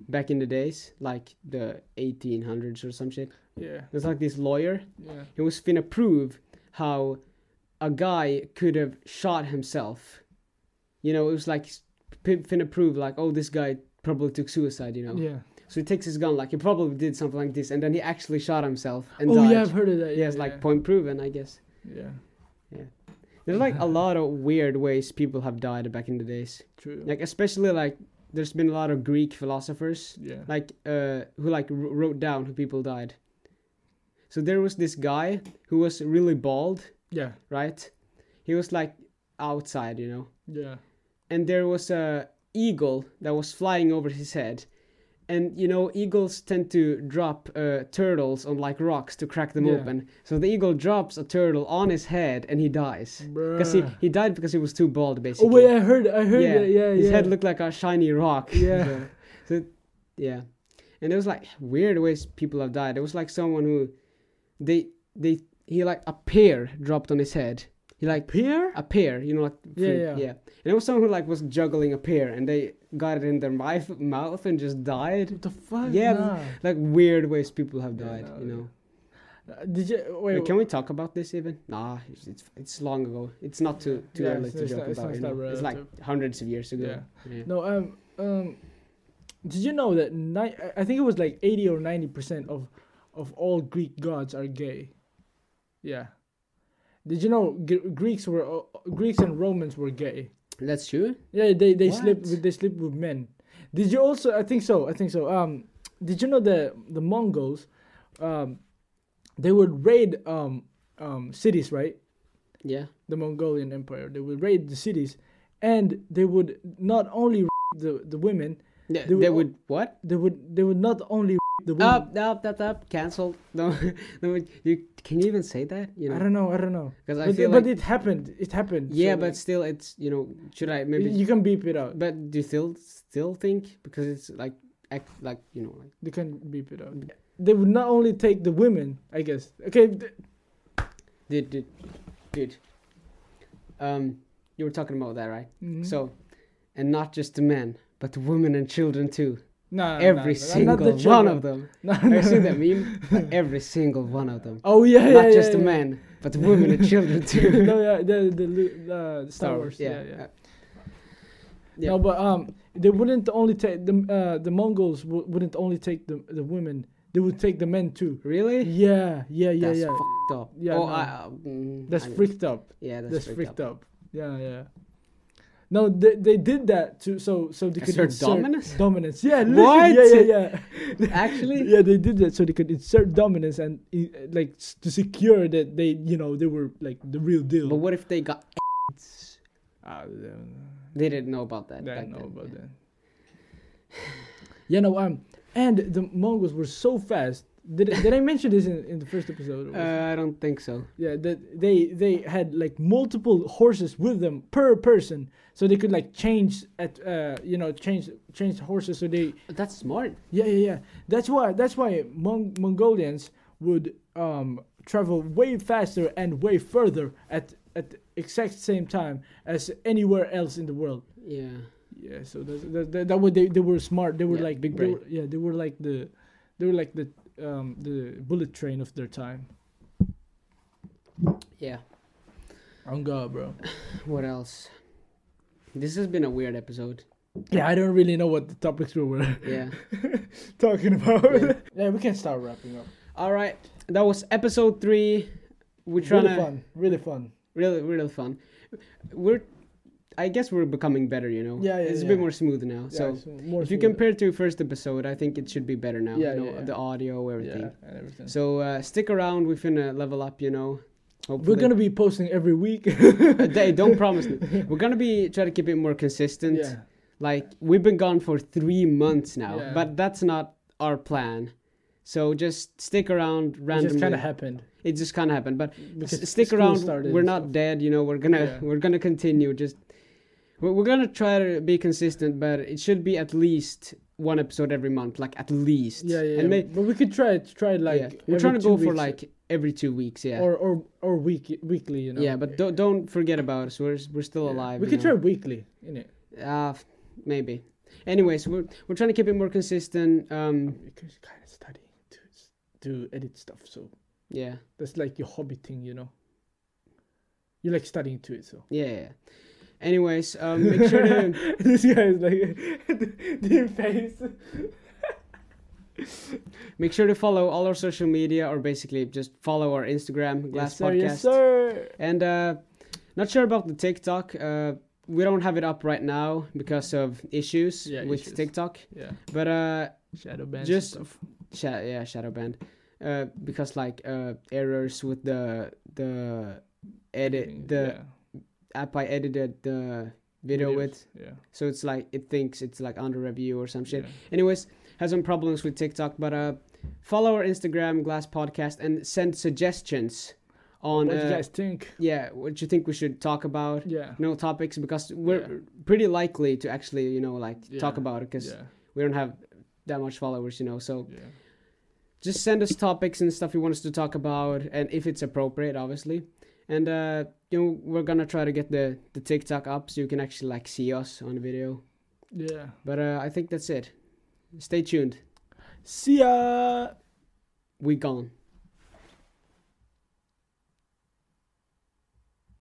S1: back in the days, like the 1800s or some shit.
S2: Yeah.
S1: There's like this lawyer
S2: Yeah.
S1: He was finna prove how a guy could have shot himself. You know, it was like s- p- finna prove like, oh, this guy probably took suicide. You know,
S2: Yeah.
S1: so he takes his gun like he probably did something like this, and then he actually shot himself and
S2: oh
S1: died.
S2: yeah, I've heard of that.
S1: yeah, it's
S2: yeah,
S1: like point proven, I guess.
S2: yeah.
S1: There's like a lot of weird ways people have died back in the days.
S2: True.
S1: Like especially like there's been a lot of Greek philosophers
S2: yeah.
S1: like uh who like wr- wrote down who people died. So there was this guy who was really bald
S2: Yeah.
S1: right? He was like outside, you know.
S2: Yeah.
S1: And there was a eagle that was flying over his head. And you know, eagles tend to drop uh, turtles on like rocks to crack them
S2: Yeah.
S1: open. So the eagle drops a turtle on his head and he dies. Because he,
S2: Bruh.
S1: he died because he was too bald,
S2: Oh
S1: basically.
S2: Ah. wait, I heard, I heard
S1: yeah.
S2: that. Yeah,
S1: his
S2: yeah.
S1: head looked like a shiny rock.
S2: Yeah.
S1: so, yeah. And there was like weird ways people have died. There was like someone who, they they he like a pear dropped on his head. He like
S2: Pear?
S1: a pear, you know, like
S2: Yeah,
S1: fruit,
S2: yeah.
S1: And it was someone who like was juggling a pear, and they got it in their mouth, mouth and just died.
S2: What the fuck?
S1: Yeah,
S2: Nah.
S1: Like weird ways people have
S2: Yeah,
S1: died,
S2: no,
S1: you
S2: yeah.
S1: know.
S2: Uh, Did you wait?
S1: Wait, can we talk about this even? Nah, it's it's, it's long ago. It's not too too
S2: Yeah,
S1: early
S2: it's-
S1: to
S2: it's
S1: joke
S2: not- it's
S1: about.
S2: not-
S1: you
S2: it's not
S1: know? It's like
S2: relative.
S1: hundreds of years ago.
S2: Yeah.
S1: Yeah.
S2: No. Um. Um. Did you know that ni- I- I think it was like eighty or ninety percent of of all Greek gods are gay. Yeah. Did you know G- Greeks were uh, Greeks and Romans were gay?
S1: That's true.
S2: Yeah, they they sleep
S1: What?
S2: with they sleep with men. Did you also? I think so. I think so. Um, did you know the the Mongols, um, they would raid um um cities, right?
S1: Yeah.
S2: the Mongolian Empire. They would raid the cities, and they would not only rape the the women.
S1: They,
S2: They would
S1: they
S2: al-
S1: would what?
S2: They would they would not only rape the women.
S1: Up, up, up, up. Cancelled. No, no. You can you even say that? You
S2: I
S1: know,
S2: don't know. I don't know.
S1: because I,
S2: But,
S1: feel
S2: but
S1: like
S2: it happened. It happened.
S1: yeah,
S2: so,
S1: but still, it's you know, should I
S2: like,
S1: maybe
S2: you can beep it out.
S1: But do you still still think because it's like act like you know like
S2: You can beep it out. They would not only take the women. I guess. Okay. th-
S1: dude dude dude. Um, you were talking about that right?
S2: mhm.
S1: So, and not just the men, but the women and children too.
S2: nah,
S1: every
S2: nah, nah,
S1: single
S2: not the
S1: one
S2: children.
S1: of them.
S2: Nah,
S1: Have you
S2: nah.
S1: seen that meme? Like, every single one of them.
S2: Oh yeah,
S1: not
S2: yeah,
S1: just the
S2: yeah, yeah.
S1: men, but the women and children too.
S2: no, yeah, the the Lu- uh, Star Wars. Yeah, yeah.
S1: uh, yeah.
S2: No, but um, they wouldn't only take the uh, the Mongols w- wouldn't only take the the women. They would take the men too.
S1: really?
S2: Yeah, yeah, yeah,
S1: that's
S2: yeah.
S1: fucked up.
S2: Yeah,
S1: Oh,
S2: no.
S1: I- uh, mm,
S2: That's
S1: I-
S2: freaked up.
S1: Yeah, that's,
S2: That's freaked up. Yeah, yeah. No, they, they did that to so so they could
S1: Assert dominance?
S2: dominance. Yeah,
S1: What?
S2: literally, yeah, yeah, yeah.
S1: Actually,
S2: yeah, they did that so they could insert dominance and i- like s- to secure that they, you know, they were like the real deal.
S1: but what if they got?
S2: Ah, yeah.
S1: They didn't know about that.
S2: I
S1: back
S2: know
S1: then.
S2: about that. Yeah, no, um, and the Mongols were so fast. Did, I- did I mention this in, in the first episode? or was it-
S1: Uh, I don't think so.
S2: Yeah, that they they had like multiple horses with them per person, so they could like change at uh you know change change horses. So they
S1: That's smart.
S2: yeah yeah yeah. That's why that's why Mon- Mongolians would um travel way faster and way further at at the exact same time as anywhere else in the world.
S1: Yeah.
S2: Yeah, so that's, that that that way they, they were smart. They were
S1: Yeah,
S2: like
S1: big
S2: they
S1: brain.
S2: were- yeah, they were like the they were like the um the bullet train of their time.
S1: Yeah.
S2: On God, bro.
S1: What else? This has been a weird episode.
S2: Yeah, I don't really know what the topics we were
S1: Yeah.
S2: talking about.
S1: Yeah.
S2: Yeah. we can start wrapping up.
S1: All right. That was episode three. We're trying
S2: Really
S1: to
S2: fun, really fun.
S1: really really fun. We're I guess we're becoming better, you know.
S2: Yeah, yeah,
S1: It's a
S2: yeah.
S1: bit more smooth now.
S2: Yeah,
S1: so
S2: it's more
S1: if you
S2: smoother.
S1: compare to first episode, I think it should be better now.
S2: Yeah,
S1: you know,
S2: yeah, yeah.
S1: the audio, everything.
S2: yeah, and everything.
S1: So uh, stick around. We're finna level up, you know.
S2: we're
S1: Hopefully.
S2: gonna be posting every week.
S1: They don't promise me. We're gonna be try to keep it more consistent.
S2: yeah,
S1: Like we've been gone for three months now,
S2: Yeah.
S1: but that's not our plan. So just stick around
S2: it
S1: randomly.
S2: just kind of happened.
S1: it just kind of happened, but
S2: because
S1: s- stick
S2: school
S1: around.
S2: started
S1: We're
S2: and
S1: not
S2: stuff.
S1: dead, you know. We're gonna
S2: Yeah.
S1: we're gonna continue. Just we're, we're gonna try to be consistent, but it should be at least one episode every month, like at least.
S2: Yeah, yeah,
S1: And
S2: yeah.
S1: may-
S2: but we could try it. Try it like
S1: yeah. we're
S2: every
S1: trying to
S2: two
S1: go for
S2: weeks,
S1: like every two weeks. Yeah.
S2: or or or week weekly. You know.
S1: Yeah, but don't don't forget about us. We're we're still alive.
S2: We
S1: you
S2: could
S1: know?
S2: try weekly, innit?
S1: Uh, f- maybe. Anyways, we're we're trying to keep it more consistent. Um,
S2: You could kind of study to s- to edit stuff. So
S1: yeah,
S2: that's like your hobby thing, you know. You like studying to it, so.
S1: yeah. yeah. Anyways, um, make sure to
S2: this guy is like the face.
S1: make sure to follow all our social media, or basically just follow our Instagram, Glass
S2: yes, sir,
S1: Podcast,
S2: yes, sir.
S1: and uh, not sure about the TikTok. Uh, we don't have it up right now because of issues
S2: Yeah,
S1: with
S2: issues.
S1: TikTok.
S2: Yeah,
S1: But uh,
S2: shadow band.
S1: just sha- yeah, shadow banned uh, because like uh, errors with the the edit the app I edited the video with.
S2: Yeah.
S1: So it's like it thinks it's like under review or some shit.
S2: yeah.
S1: Anyways, has some problems with TikTok, but uh, follow our Instagram Glass Podcast and send suggestions on
S2: what do you
S1: uh,
S2: guys think?
S1: yeah what you think we should talk about.
S2: Yeah.
S1: No topics because we're
S2: Yeah.
S1: pretty likely to actually you know like talk
S2: Yeah.
S1: about it because
S2: yeah.
S1: we don't have that much followers you know so
S2: Yeah.
S1: just send us topics and stuff you want us to talk about and if it's appropriate obviously and uh you know we're gonna try to get the the tiktok up so you can actually like see us on video
S2: Yeah.
S1: but uh i think that's it stay tuned
S2: See ya.
S1: we gone